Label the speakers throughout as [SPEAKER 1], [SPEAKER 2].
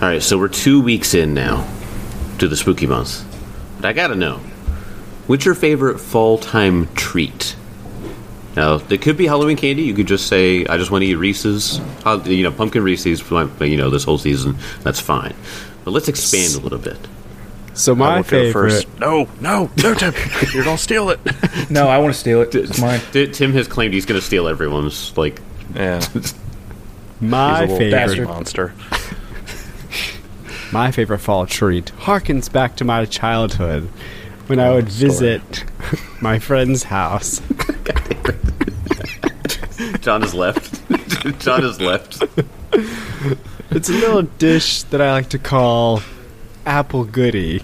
[SPEAKER 1] right, so we're two weeks in now to the spooky month. But I gotta know, what's your favorite fall time treat? Now, it could be Halloween candy. You could just say, "I just want to eat Reese's," Hol- you know, pumpkin Reese's for my, you know, this whole season. That's fine. But let's expand a little bit.
[SPEAKER 2] So
[SPEAKER 3] I
[SPEAKER 2] my
[SPEAKER 3] will go
[SPEAKER 2] favorite.
[SPEAKER 3] first. No, no, no, Tim. You're going to steal it.
[SPEAKER 4] No, I want to steal it. It's mine.
[SPEAKER 1] T- Tim has claimed he's going to steal everyone's. Like,
[SPEAKER 3] Yeah.
[SPEAKER 2] My
[SPEAKER 3] He's a
[SPEAKER 2] favorite.
[SPEAKER 3] little
[SPEAKER 4] bastard.
[SPEAKER 3] monster.
[SPEAKER 2] My favorite fall treat harkens back to my childhood when
[SPEAKER 3] Oh,
[SPEAKER 2] I would visit my friend's house.
[SPEAKER 1] John is left. John is left.
[SPEAKER 2] It's a little dish that I like to call apple goody.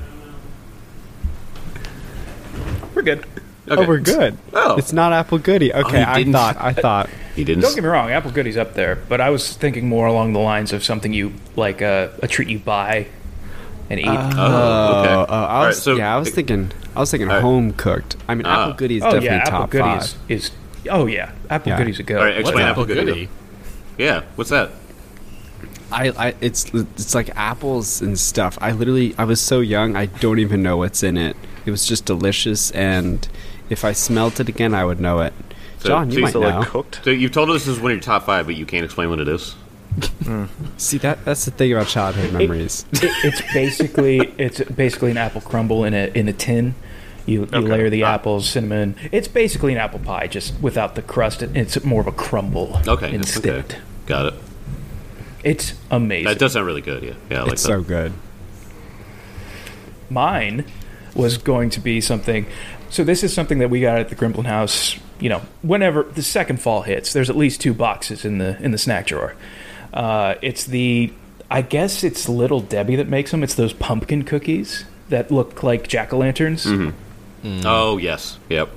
[SPEAKER 4] We're good.
[SPEAKER 1] Okay.
[SPEAKER 2] Oh, we're good.
[SPEAKER 1] Oh.
[SPEAKER 2] It's not apple goody. Okay,
[SPEAKER 1] you
[SPEAKER 2] I
[SPEAKER 1] didn't-
[SPEAKER 2] thought. I thought.
[SPEAKER 1] He didn't.
[SPEAKER 4] Don't get me wrong, apple goodies up there, but I was thinking more along the lines of something you like uh, a treat you buy and eat.
[SPEAKER 1] oh, okay.
[SPEAKER 2] Oh, oh, I
[SPEAKER 1] All
[SPEAKER 2] was,
[SPEAKER 1] right, so-
[SPEAKER 2] yeah, I was thinking. I was thinking
[SPEAKER 1] All right.
[SPEAKER 2] home cooked. I mean, apple
[SPEAKER 1] Ah.
[SPEAKER 2] goody is
[SPEAKER 4] oh
[SPEAKER 2] definitely
[SPEAKER 4] yeah, apple
[SPEAKER 2] top
[SPEAKER 4] goodies
[SPEAKER 2] five.
[SPEAKER 4] is oh yeah, apple
[SPEAKER 2] Yeah.
[SPEAKER 4] goodies a go.
[SPEAKER 1] All right, explain
[SPEAKER 5] What's
[SPEAKER 1] apple goody. Yeah, what's that?
[SPEAKER 2] I, I it's it's like apples and stuff. I literally I was so young I don't even know what's in it. It was just delicious, and if I smelt it again, I would know it.
[SPEAKER 1] So-
[SPEAKER 2] John, you
[SPEAKER 1] so you
[SPEAKER 2] might
[SPEAKER 1] still
[SPEAKER 3] So,
[SPEAKER 2] know.
[SPEAKER 3] like, cooked?
[SPEAKER 1] So you've told us this is one of your top five, but you can't explain what it is.
[SPEAKER 2] See that that's the thing about childhood memories.
[SPEAKER 4] It- it's basically it's basically an apple crumble in a in a tin. You, you layer the apples, cinnamon. It's basically an apple pie, just without the crust. It- It's more of a crumble
[SPEAKER 1] Okay, it's
[SPEAKER 4] instead.
[SPEAKER 1] okay. Got it.
[SPEAKER 4] It's amazing.
[SPEAKER 1] That does sound really good. Yeah, yeah, I like
[SPEAKER 2] it's
[SPEAKER 1] that.
[SPEAKER 2] so good.
[SPEAKER 4] mine was going to be something. So this is something that we got at the Grimplin House. You know, whenever the second fall hits, there's at least two boxes in the in the snack drawer. Uh, it's the, I guess it's Little Debbie that makes them. It's those pumpkin cookies that look like jack o' lanterns.
[SPEAKER 1] Oh yes, yep.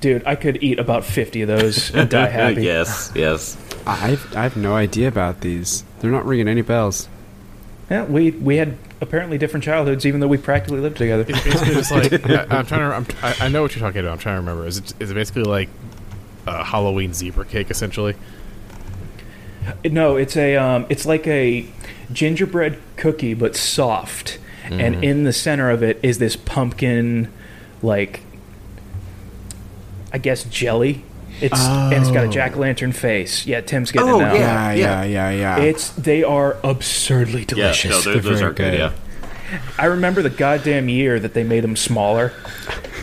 [SPEAKER 4] Dude, I could eat about fifty of those and die happy.
[SPEAKER 1] yes, yes.
[SPEAKER 2] I I've, I have no idea about these. They're not ringing any bells.
[SPEAKER 4] Yeah, we we had apparently different childhoods, even though we practically lived together.
[SPEAKER 5] Basically, just like I, I'm trying to. I'm, I, I know what you're talking about. I'm trying to remember. Is it is it basically like a Halloween zebra cake essentially?
[SPEAKER 4] No, it's a um, it's like a gingerbread cookie, but soft.
[SPEAKER 1] Mm-hmm.
[SPEAKER 4] And in the center of it is this pumpkin, like I guess jelly. It's and it's got a jack o' lantern face. Yeah, Tim's getting
[SPEAKER 1] Oh,
[SPEAKER 4] it now.
[SPEAKER 1] yeah.
[SPEAKER 2] yeah, yeah, yeah.
[SPEAKER 4] It's they are absurdly
[SPEAKER 1] Yeah,
[SPEAKER 4] delicious.
[SPEAKER 1] no, those, those
[SPEAKER 2] very
[SPEAKER 1] are good.
[SPEAKER 2] good.
[SPEAKER 1] Yeah.
[SPEAKER 4] I remember the goddamn year that they made them smaller.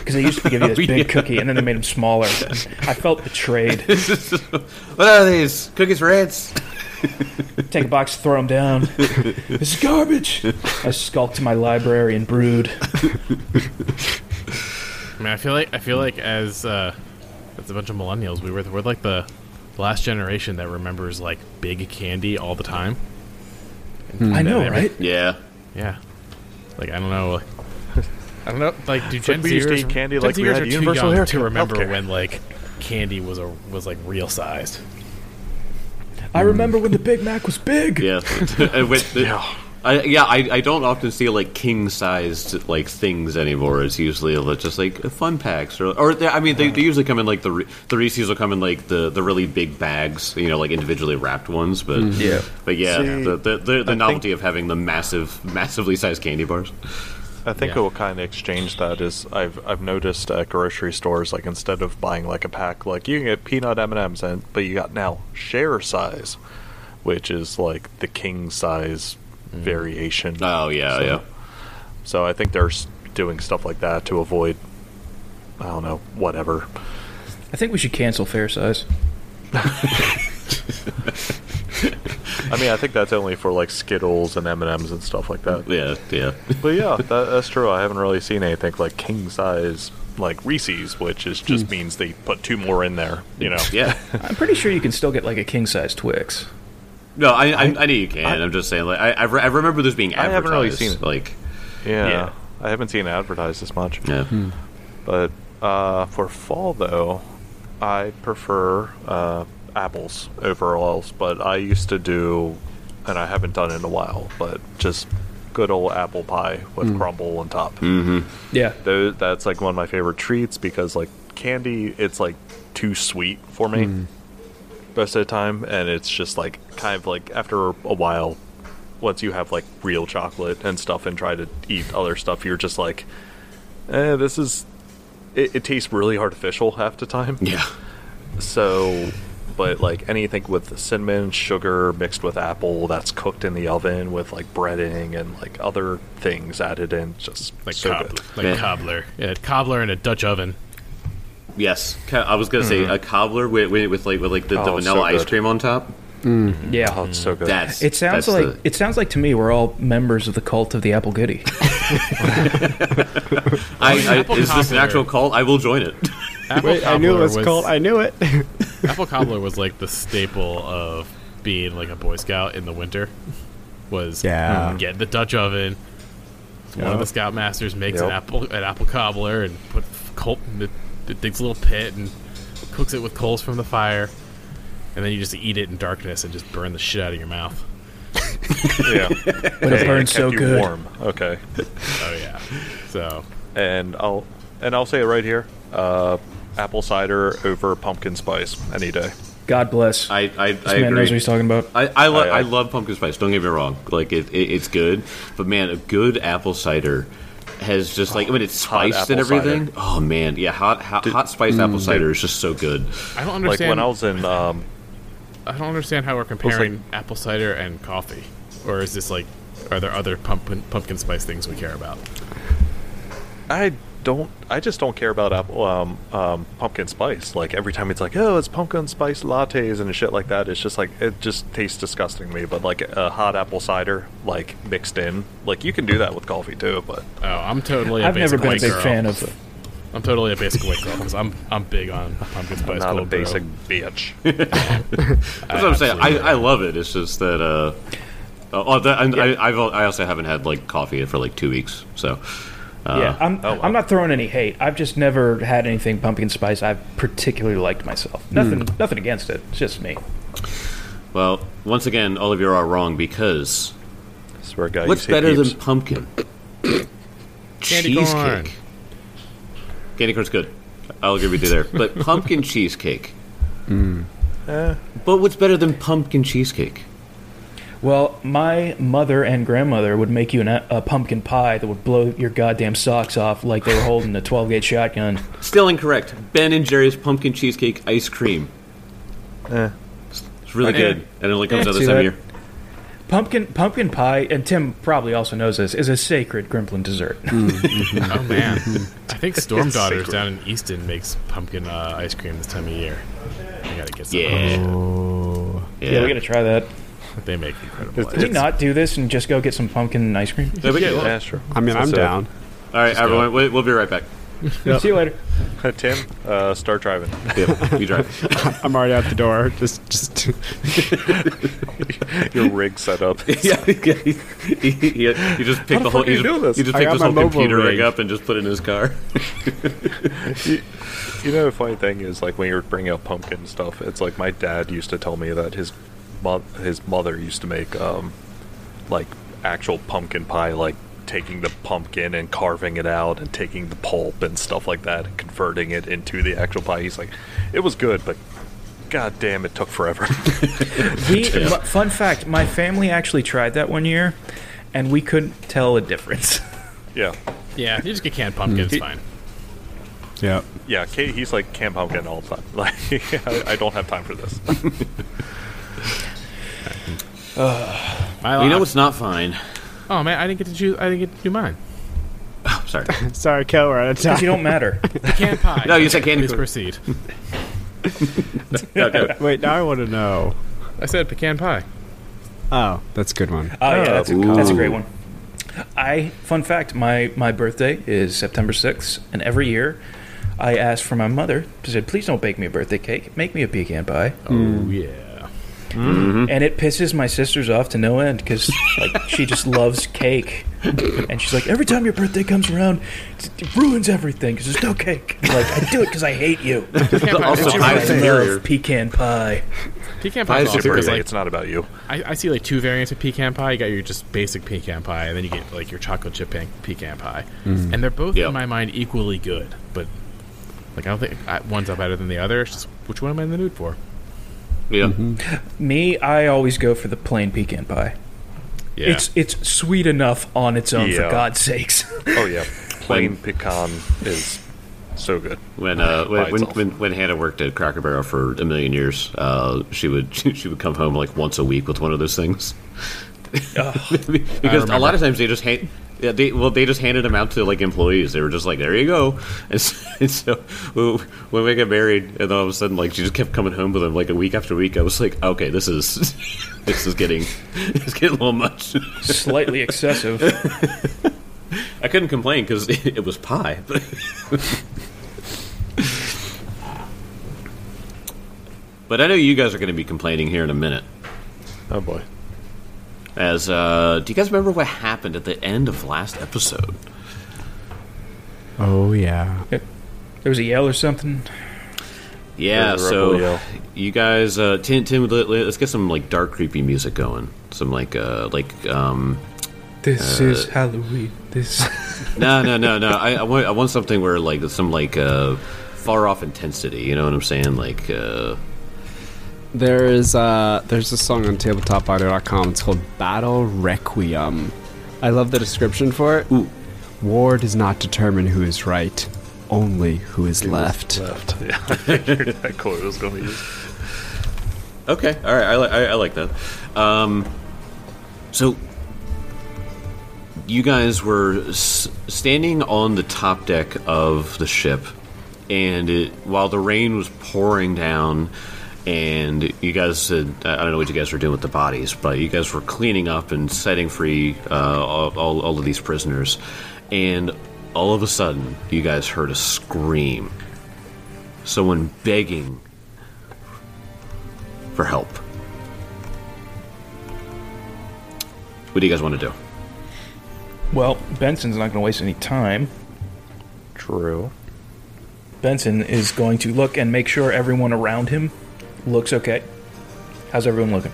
[SPEAKER 4] Because they used to give you this
[SPEAKER 1] Oh,
[SPEAKER 4] big
[SPEAKER 1] yeah.
[SPEAKER 4] cookie, and then they made them smaller. I felt betrayed.
[SPEAKER 1] what are these cookies for ants?
[SPEAKER 4] take a box, throw them down. this is garbage. I skulk to my library and brood.
[SPEAKER 5] I mean, I feel like I feel like as uh, as a bunch of millennials, we were we're like the last generation that remembers like big candy all the time.
[SPEAKER 4] I know,
[SPEAKER 5] Yeah.
[SPEAKER 4] right?
[SPEAKER 1] Yeah.
[SPEAKER 5] Yeah. Like I don't know. like- I don't know. Like do Gen
[SPEAKER 3] we used to
[SPEAKER 5] Zers
[SPEAKER 3] eat candy
[SPEAKER 5] Gen
[SPEAKER 3] like we
[SPEAKER 5] Zers
[SPEAKER 3] had
[SPEAKER 5] are too
[SPEAKER 3] universal
[SPEAKER 5] young
[SPEAKER 3] haircut-
[SPEAKER 5] to remember
[SPEAKER 3] healthcare.
[SPEAKER 5] when like candy was a was like real sized.
[SPEAKER 4] I remember when the Big Mac was big.
[SPEAKER 1] Hmm. Yeah. With the- I, yeah, I, I don't often see like king sized like things anymore. It's usually li- just like fun packs or or they, I mean they, they usually come in like the Re- the Reese's will come in like the, the really big bags, you know, like individually wrapped ones. But yeah, but yeah,
[SPEAKER 3] Mm-hmm. See,
[SPEAKER 1] the the, the, the
[SPEAKER 3] I
[SPEAKER 1] novelty of having the massive massively sized candy bars.
[SPEAKER 3] I think
[SPEAKER 5] Yeah.
[SPEAKER 3] what kind of exchange that is. I've I've noticed at grocery stores like instead of buying like a pack, like you can get peanut M and M's, and but you got now share size, which is like the king size variation.
[SPEAKER 1] Oh yeah,
[SPEAKER 3] So-
[SPEAKER 1] yeah.
[SPEAKER 3] So I think they're s- doing stuff like that to avoid, I don't know, whatever.
[SPEAKER 4] I think we should cancel fair size.
[SPEAKER 3] I mean, I think that's only for like Skittles and M and M's and stuff like that.
[SPEAKER 1] Yeah, yeah.
[SPEAKER 3] But yeah, that, that's true. I haven't really seen anything like king size like Reese's, which is just means they put two more in there. You know.
[SPEAKER 1] Hmm. Yeah.
[SPEAKER 4] I'm pretty sure you can still get like a king size Twix.
[SPEAKER 1] No, I, I, I know you can. I, am just saying, like, I, I, re- I remember this being
[SPEAKER 3] I
[SPEAKER 1] advertised.
[SPEAKER 3] haven't really seen it.
[SPEAKER 1] Like,
[SPEAKER 3] Yeah.
[SPEAKER 4] Yeah.
[SPEAKER 3] I haven't seen it advertised as much.
[SPEAKER 1] yeah.
[SPEAKER 3] But uh, for fall, though, I prefer uh, apples over all else. But I used to do, and I haven't done it in a while, but just good old apple pie with
[SPEAKER 1] Hmm.
[SPEAKER 3] crumble on top.
[SPEAKER 4] Yeah.
[SPEAKER 3] Tho- that's like one of my favorite treats because, like, candy, it's like too sweet for me most of the time. And it's just like kind of like after a while, once you have like real chocolate and stuff and try to eat other stuff, you're just like, eh, this is. It, it tastes really artificial half the time.
[SPEAKER 1] Yeah.
[SPEAKER 3] So, but like anything with cinnamon, sugar mixed with apple that's cooked in the oven with like breading and like other things added in, just
[SPEAKER 5] Like,
[SPEAKER 3] so
[SPEAKER 5] cob-
[SPEAKER 3] good.
[SPEAKER 5] like
[SPEAKER 1] Yeah.
[SPEAKER 5] cobbler. Yeah, cobbler in a Dutch oven.
[SPEAKER 1] Yes, Co- I was gonna say a cobbler with, with, with like with like the, the
[SPEAKER 3] Oh, so
[SPEAKER 1] vanilla ice
[SPEAKER 3] good.
[SPEAKER 1] cream on top.
[SPEAKER 4] Yeah.
[SPEAKER 3] Oh, it's so good.
[SPEAKER 1] That's
[SPEAKER 4] It sounds
[SPEAKER 1] that's
[SPEAKER 4] like
[SPEAKER 1] the-
[SPEAKER 4] it sounds like to me we're all members of the cult of the apple goody.
[SPEAKER 1] I, I,
[SPEAKER 5] Apple
[SPEAKER 1] is this an
[SPEAKER 5] cobbler.
[SPEAKER 1] actual cult? I will join it.
[SPEAKER 5] Apple
[SPEAKER 2] Wait, I knew it
[SPEAKER 5] cobbler
[SPEAKER 2] was, cold. I knew it.
[SPEAKER 5] apple cobbler was like the staple of being like a Boy Scout in the winter. Was
[SPEAKER 2] Yeah.
[SPEAKER 5] mm, get the Dutch oven. One of the Scout Masters makes an
[SPEAKER 3] Yep.
[SPEAKER 5] apple an apple cobbler and put coal. It, it digs a little pit and cooks it with coals from the fire, and then you just eat it in darkness and just burn the shit out of your mouth.
[SPEAKER 3] yeah.
[SPEAKER 4] But it burns so good.
[SPEAKER 3] Warm. Okay.
[SPEAKER 5] Oh yeah. So
[SPEAKER 3] and I'll and I'll say it right here. Uh, apple cider over pumpkin spice any day.
[SPEAKER 4] God bless.
[SPEAKER 1] I I,
[SPEAKER 4] this
[SPEAKER 1] I
[SPEAKER 4] man knows what
[SPEAKER 1] agree.
[SPEAKER 4] he's talking about.
[SPEAKER 1] I I, lo-
[SPEAKER 3] I, uh,
[SPEAKER 1] I love pumpkin spice. Don't get me wrong. Like it, it, it's good, but man, a good apple cider has just like I mean, it's
[SPEAKER 3] Hot
[SPEAKER 1] spiced and
[SPEAKER 3] apple cider.
[SPEAKER 1] everything. Oh man, yeah, hot hot, hot spiced apple cider is just so good.
[SPEAKER 5] I don't
[SPEAKER 3] Like
[SPEAKER 5] understand.
[SPEAKER 3] when I was in um,
[SPEAKER 5] I don't understand how we're comparing apple cider and coffee, or is this like, are there other pumpkin pumpkin spice things we care about?
[SPEAKER 3] I don't. I just don't care about apple um, um, pumpkin spice. Like every time it's like, oh, it's pumpkin spice lattes and shit like that. It's just like it just tastes disgusting to me. But like a hot apple cider, like mixed in, like you can do that with coffee too. But
[SPEAKER 5] Oh, I'm totally. A
[SPEAKER 4] I've never
[SPEAKER 5] basic
[SPEAKER 4] been a
[SPEAKER 5] white
[SPEAKER 4] big
[SPEAKER 5] girl.
[SPEAKER 4] fan of.
[SPEAKER 1] Uh,
[SPEAKER 5] I'm totally a basic white girl because I'm I'm big on pumpkin spice.
[SPEAKER 3] not a
[SPEAKER 5] cold brew.
[SPEAKER 3] basic bitch.
[SPEAKER 1] That's what I'm saying. I,
[SPEAKER 5] absolutely.
[SPEAKER 1] I love it. It's just that. uh Oh, that, and I, I've, al- I also haven't had like coffee for like two weeks, so uh,
[SPEAKER 4] yeah, I'm,
[SPEAKER 3] oh, well.
[SPEAKER 4] I'm not throwing any hate. I've just never had anything pumpkin spice I've particularly liked myself. Nothing,
[SPEAKER 1] Hmm.
[SPEAKER 4] nothing against it. It's just me.
[SPEAKER 1] Well, once again, all of you are wrong because
[SPEAKER 3] Swear to God, you
[SPEAKER 1] what's
[SPEAKER 3] say
[SPEAKER 1] better
[SPEAKER 3] peeps.
[SPEAKER 1] than pumpkin?
[SPEAKER 5] Candy corn.
[SPEAKER 1] cheesecake. Candy corn's good. I'll agree with you there. But pumpkin cheesecake. But what's better than pumpkin cheesecake?
[SPEAKER 4] Well, my mother and grandmother would make you an, a pumpkin pie that would blow your goddamn socks off like they were holding a 12 gauge shotgun.
[SPEAKER 1] Still incorrect. Ben and Jerry's pumpkin cheesecake ice cream.
[SPEAKER 3] Eh.
[SPEAKER 1] It's really good, and it only comes
[SPEAKER 4] Eh,
[SPEAKER 1] out this
[SPEAKER 4] see
[SPEAKER 1] time of
[SPEAKER 4] that?
[SPEAKER 1] year.
[SPEAKER 4] Pumpkin pumpkin pie, and Tim probably also knows this, is a sacred Grimplin dessert.
[SPEAKER 5] Oh man, I think Storm
[SPEAKER 3] It's
[SPEAKER 5] Daughters
[SPEAKER 3] sacred.
[SPEAKER 5] down in Easton makes pumpkin uh, ice cream this time of year. I gotta get some. of that
[SPEAKER 1] Yeah.
[SPEAKER 5] shit.
[SPEAKER 1] Yeah.
[SPEAKER 4] yeah. we gotta try that.
[SPEAKER 5] They make incredible.
[SPEAKER 4] Can we not do this and just go get some pumpkin ice cream?
[SPEAKER 1] Yeah, we can do that.
[SPEAKER 3] Yeah, sure.
[SPEAKER 2] I mean, I'm
[SPEAKER 3] So-
[SPEAKER 2] down.
[SPEAKER 1] All right, everyone, we- we'll be right back.
[SPEAKER 4] See you later.
[SPEAKER 3] Tim, uh, start driving.
[SPEAKER 1] Yep, you drive.
[SPEAKER 2] I'm already out the door. Just, just.
[SPEAKER 3] Your rig set up.
[SPEAKER 1] yeah, yeah, he, he, he- you just picked the
[SPEAKER 3] the
[SPEAKER 1] whole.
[SPEAKER 3] fuck are you
[SPEAKER 1] You
[SPEAKER 3] doing
[SPEAKER 1] just,
[SPEAKER 3] this?
[SPEAKER 1] you just
[SPEAKER 2] I
[SPEAKER 1] picked
[SPEAKER 2] got
[SPEAKER 1] this
[SPEAKER 2] my
[SPEAKER 1] whole
[SPEAKER 2] mobile
[SPEAKER 1] computer rig
[SPEAKER 2] rig.
[SPEAKER 1] up and just put it in his car.
[SPEAKER 3] You know, funny thing is, like when you're bringing up pumpkin stuff, it's like my dad used to tell me that his mo- his mother used to make um, like actual pumpkin pie, like taking the pumpkin and carving it out and taking the pulp and stuff like that and converting it into the actual pie. He's like, it was good, but god damn, it took forever.
[SPEAKER 4] We, m- fun fact, my family actually tried that one year and we couldn't tell a difference.
[SPEAKER 3] yeah,
[SPEAKER 5] Yeah, you just get canned pumpkin. It's fine.
[SPEAKER 2] Yeah.
[SPEAKER 3] yeah. Kate, he's like, can't pumpkin all the time. Like, I, I don't have time for this.
[SPEAKER 5] My
[SPEAKER 1] you know
[SPEAKER 5] lot.
[SPEAKER 1] what's not fine?
[SPEAKER 5] Oh man, I didn't get to choose. I didn't get to do mine.
[SPEAKER 1] Sorry.
[SPEAKER 2] Sorry, Kel, we're out of
[SPEAKER 4] Because you
[SPEAKER 2] time.
[SPEAKER 4] don't matter.
[SPEAKER 5] The canned pie.
[SPEAKER 1] No, you said candy
[SPEAKER 5] Please
[SPEAKER 1] corn.
[SPEAKER 5] proceed.
[SPEAKER 1] Okay.
[SPEAKER 2] Wait, now I want to know.
[SPEAKER 5] I said pecan pie.
[SPEAKER 2] Oh, that's a good one.
[SPEAKER 4] Oh, yeah, that's a,
[SPEAKER 1] Ooh.
[SPEAKER 4] that's a great one. I fun fact, my my birthday is September sixth, and every year I ask for my mother. She said, "Please don't bake me a birthday cake. Make me a pecan pie."
[SPEAKER 5] Oh yeah.
[SPEAKER 4] And it pisses my sisters off to no end because like she just loves cake, and she's like, "Every time your birthday comes around, it it ruins everything because there's no cake." I'm like I do it because I hate you.
[SPEAKER 5] Pecan pie.
[SPEAKER 1] Also,
[SPEAKER 5] it's your
[SPEAKER 1] I
[SPEAKER 4] I
[SPEAKER 1] was
[SPEAKER 5] birthday.
[SPEAKER 1] superior.
[SPEAKER 4] love pecan pie.
[SPEAKER 5] pecan
[SPEAKER 1] I
[SPEAKER 5] pie.
[SPEAKER 1] was
[SPEAKER 5] is awesome
[SPEAKER 1] superior.
[SPEAKER 5] because,
[SPEAKER 3] Like,
[SPEAKER 5] like,
[SPEAKER 3] it's not about you.
[SPEAKER 5] I, I see like two variants of pecan pie. You got your just basic pecan pie, and then you get like your chocolate chip pan- pecan pie, and they're both
[SPEAKER 1] Yeah.
[SPEAKER 5] in my mind equally good. But like I don't think I, one's better than the other. It's just which one am I in the mood for?
[SPEAKER 1] Yeah.
[SPEAKER 4] Me, I always go for the plain pecan pie.
[SPEAKER 5] Yeah.
[SPEAKER 4] It's it's sweet enough on its own for
[SPEAKER 3] Yeah.
[SPEAKER 4] God's sakes.
[SPEAKER 3] Oh yeah, plain pecan is so good.
[SPEAKER 1] When uh, when,
[SPEAKER 3] By
[SPEAKER 1] when
[SPEAKER 3] itself.
[SPEAKER 1] when when Hannah worked at Cracker Barrel for a million years, uh, she would she would come home like once a week with one of those things. because a lot of times they just hand, yeah, they, well, they just handed them out to like employees. They were just like, "There you go." And so, and so w- when we got married, and then all of a sudden, like she just kept coming home with them like a week after week. I was like, "Okay, this is this is getting it's getting a little much."
[SPEAKER 4] Slightly excessive.
[SPEAKER 1] I couldn't complain because it, it was pie. but I know you guys are going to be complaining here in a minute.
[SPEAKER 3] Oh boy.
[SPEAKER 1] As uh, do you guys remember what happened at the end of last episode?
[SPEAKER 2] Oh yeah.
[SPEAKER 4] There was a yell or something.
[SPEAKER 1] Yeah,
[SPEAKER 3] There's a rebel
[SPEAKER 1] so
[SPEAKER 3] yell.
[SPEAKER 1] you guys, uh, Tim, Tim, let- let- let's get some like dark, creepy music going. Some like, uh, like, um,
[SPEAKER 4] This
[SPEAKER 3] Uh,
[SPEAKER 4] is Halloween. This
[SPEAKER 1] no, no, no, no. I, I want, I want something where like some like uh, far off intensity. You know what I'm saying? Like, uh,
[SPEAKER 2] There is uh there's a song on tabletopaudio.com. It's called Battle Requiem. I love the description for it.
[SPEAKER 1] Ooh.
[SPEAKER 2] War does not determine who is right, only who is left.
[SPEAKER 3] Left. Yeah. I figured that quote was going to be used.
[SPEAKER 1] okay, all right, I, li- I, I like that. Um, so you guys were s- standing on the top deck of the ship, and it, while the rain was pouring down, and you guys said, I I don't know what you guys were doing with the bodies, but you guys were cleaning up and setting free uh, all, all, all of these prisoners. And all of a sudden, you guys heard a scream someone begging for help. What do you guys want to do?
[SPEAKER 4] well, Benson's not going to waste any time.
[SPEAKER 3] True.
[SPEAKER 4] Benson is going to look and make sure everyone around him looks okay. How's everyone looking?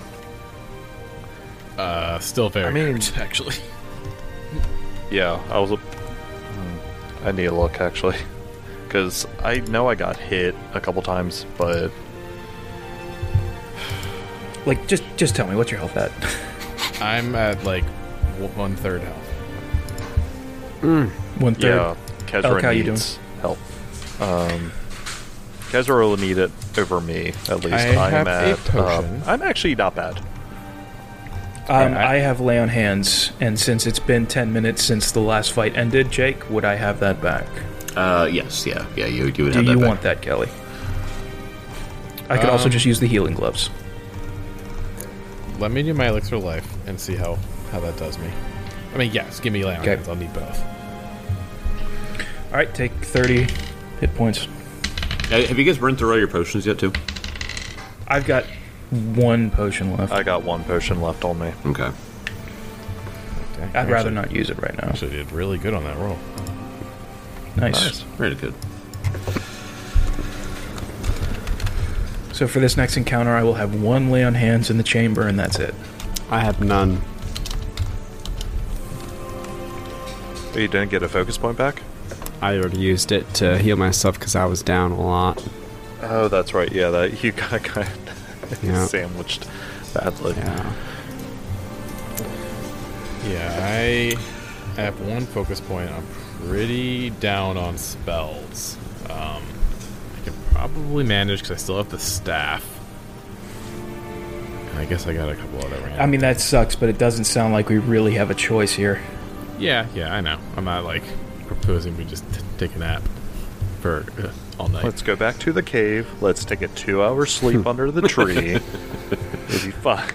[SPEAKER 5] uh, still very.
[SPEAKER 3] I mean-
[SPEAKER 5] hurt, actually,
[SPEAKER 3] Yeah, I was. A, Hmm, I need a look actually, because I know I got hit a couple times, but
[SPEAKER 4] Like, just just tell me what's your health at.
[SPEAKER 5] I'm at like one third health.
[SPEAKER 4] One third.
[SPEAKER 3] yeah, Kezra
[SPEAKER 4] Elk, how you
[SPEAKER 3] needs help. Um, Kezra will need it over me at least.
[SPEAKER 5] I
[SPEAKER 3] am
[SPEAKER 5] have a
[SPEAKER 3] at.
[SPEAKER 5] potion.
[SPEAKER 3] Um, I'm actually not bad.
[SPEAKER 4] Um, I
[SPEAKER 5] I-
[SPEAKER 4] have lay on hands, and since it's been ten minutes since the last fight ended, Jake, would I have that back?
[SPEAKER 1] Uh, yes, yeah, yeah. You, you would
[SPEAKER 4] Do
[SPEAKER 1] have that
[SPEAKER 4] you
[SPEAKER 1] back.
[SPEAKER 4] want that, Kelly? I could also
[SPEAKER 5] Um,
[SPEAKER 4] just use the healing gloves.
[SPEAKER 5] Let me do my elixir life and see how how that does me. I mean, yes, give me lay on
[SPEAKER 4] Okay.
[SPEAKER 5] hands. I'll need both.
[SPEAKER 4] All right, take thirty hit points.
[SPEAKER 1] Uh, have you guys burned through all your potions yet, too?
[SPEAKER 4] I've got one potion left.
[SPEAKER 3] I got one potion left on me.
[SPEAKER 1] Okay.
[SPEAKER 5] Okay.
[SPEAKER 4] I'd rather not use it right now.
[SPEAKER 5] Actually, did really good on that roll.
[SPEAKER 4] Nice.
[SPEAKER 1] Very good.
[SPEAKER 4] So for this next encounter, I will have one lay on hands in the chamber, and that's it.
[SPEAKER 2] I have none.
[SPEAKER 3] But Oh, you didn't get a focus point back.
[SPEAKER 2] I already used it to heal myself because I was down a lot.
[SPEAKER 3] Oh, that's right. Yeah, that you got kind of
[SPEAKER 2] Yeah.
[SPEAKER 3] sandwiched badly.
[SPEAKER 2] Yeah.
[SPEAKER 5] Yeah, I have one focus point. I'm pretty down on spells. Um, I can probably manage because I still have the staff. And I guess I got a couple other random.
[SPEAKER 4] I mean, that sucks, but it doesn't sound like we really have a choice here.
[SPEAKER 5] yeah, yeah, I know. I'm not like proposing we just t- take a nap for uh, all night.
[SPEAKER 3] Let's go back to the cave. Let's take a two-hour
[SPEAKER 1] Hmm.
[SPEAKER 3] sleep under the tree. It'll be fine.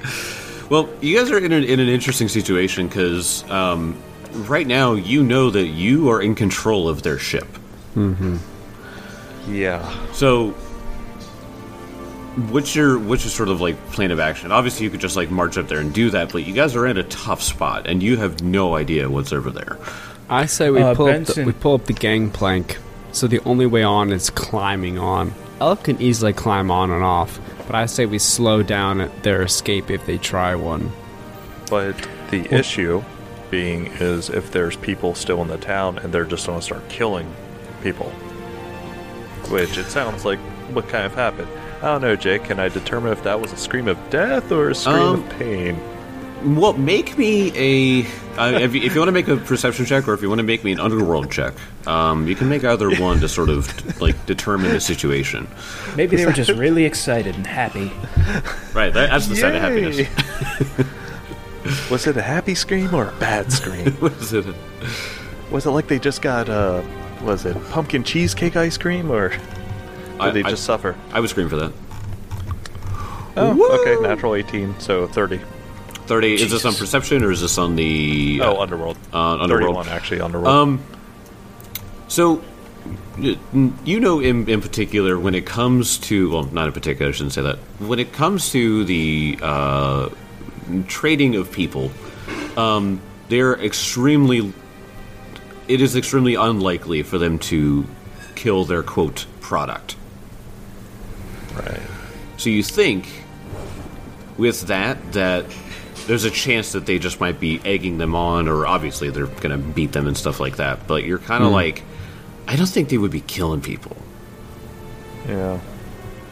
[SPEAKER 1] Well, you guys are in an, in an interesting situation because um, right now you know that you are in control of their ship.
[SPEAKER 3] Yeah.
[SPEAKER 1] So, what's your what's your sort of like plan of action? Obviously, you could just like march up there and do that, but you guys are in a tough spot and you have no idea what's over there.
[SPEAKER 2] I say we
[SPEAKER 4] Uh,
[SPEAKER 2] pull up the,
[SPEAKER 4] Benson-
[SPEAKER 2] we pull up the gangplank. So the only way on is climbing on. Elk can easily climb on and off, but I say we slow down at their escape if they try one.
[SPEAKER 3] But the issue being is if there's people still in the town and they're just going to start killing people. Which it sounds like what kind of happened. I don't know, Jake. Can I determine if that was a scream of death or a scream
[SPEAKER 1] Um,
[SPEAKER 3] of pain?
[SPEAKER 1] Well, make me a. Uh, if, you, if you want to make a perception check, or if you want to make me an underworld check, um, you can make either one to sort of like determine the situation.
[SPEAKER 4] Maybe they were just really excited and happy.
[SPEAKER 1] Right, that, that's the sound of happiness.
[SPEAKER 3] Was it a happy scream or a bad scream?
[SPEAKER 1] What is it?
[SPEAKER 3] was it like they just got uh was it pumpkin cheesecake ice cream or did
[SPEAKER 1] I-
[SPEAKER 3] they
[SPEAKER 1] I-
[SPEAKER 3] just suffer?
[SPEAKER 1] I would scream for that.
[SPEAKER 3] Oh, okay, natural 18, so 30.
[SPEAKER 1] Thirty. Is this on perception, or is this on the?
[SPEAKER 3] Oh, underworld.
[SPEAKER 1] Uh, Underworld.
[SPEAKER 3] 31 actually, underworld.
[SPEAKER 1] Um, so y- you know, in, in particular, when it comes to well, not in particular, I shouldn't say that. When it comes to the uh, trading of people, um, they're extremely. It is extremely unlikely for them to kill their quote product.
[SPEAKER 3] right.
[SPEAKER 1] So you think with that that there's a chance that they just might be egging them on, or obviously they're going to beat them and stuff like that. But you're kind of like, I don't think they would be killing people.
[SPEAKER 3] Yeah.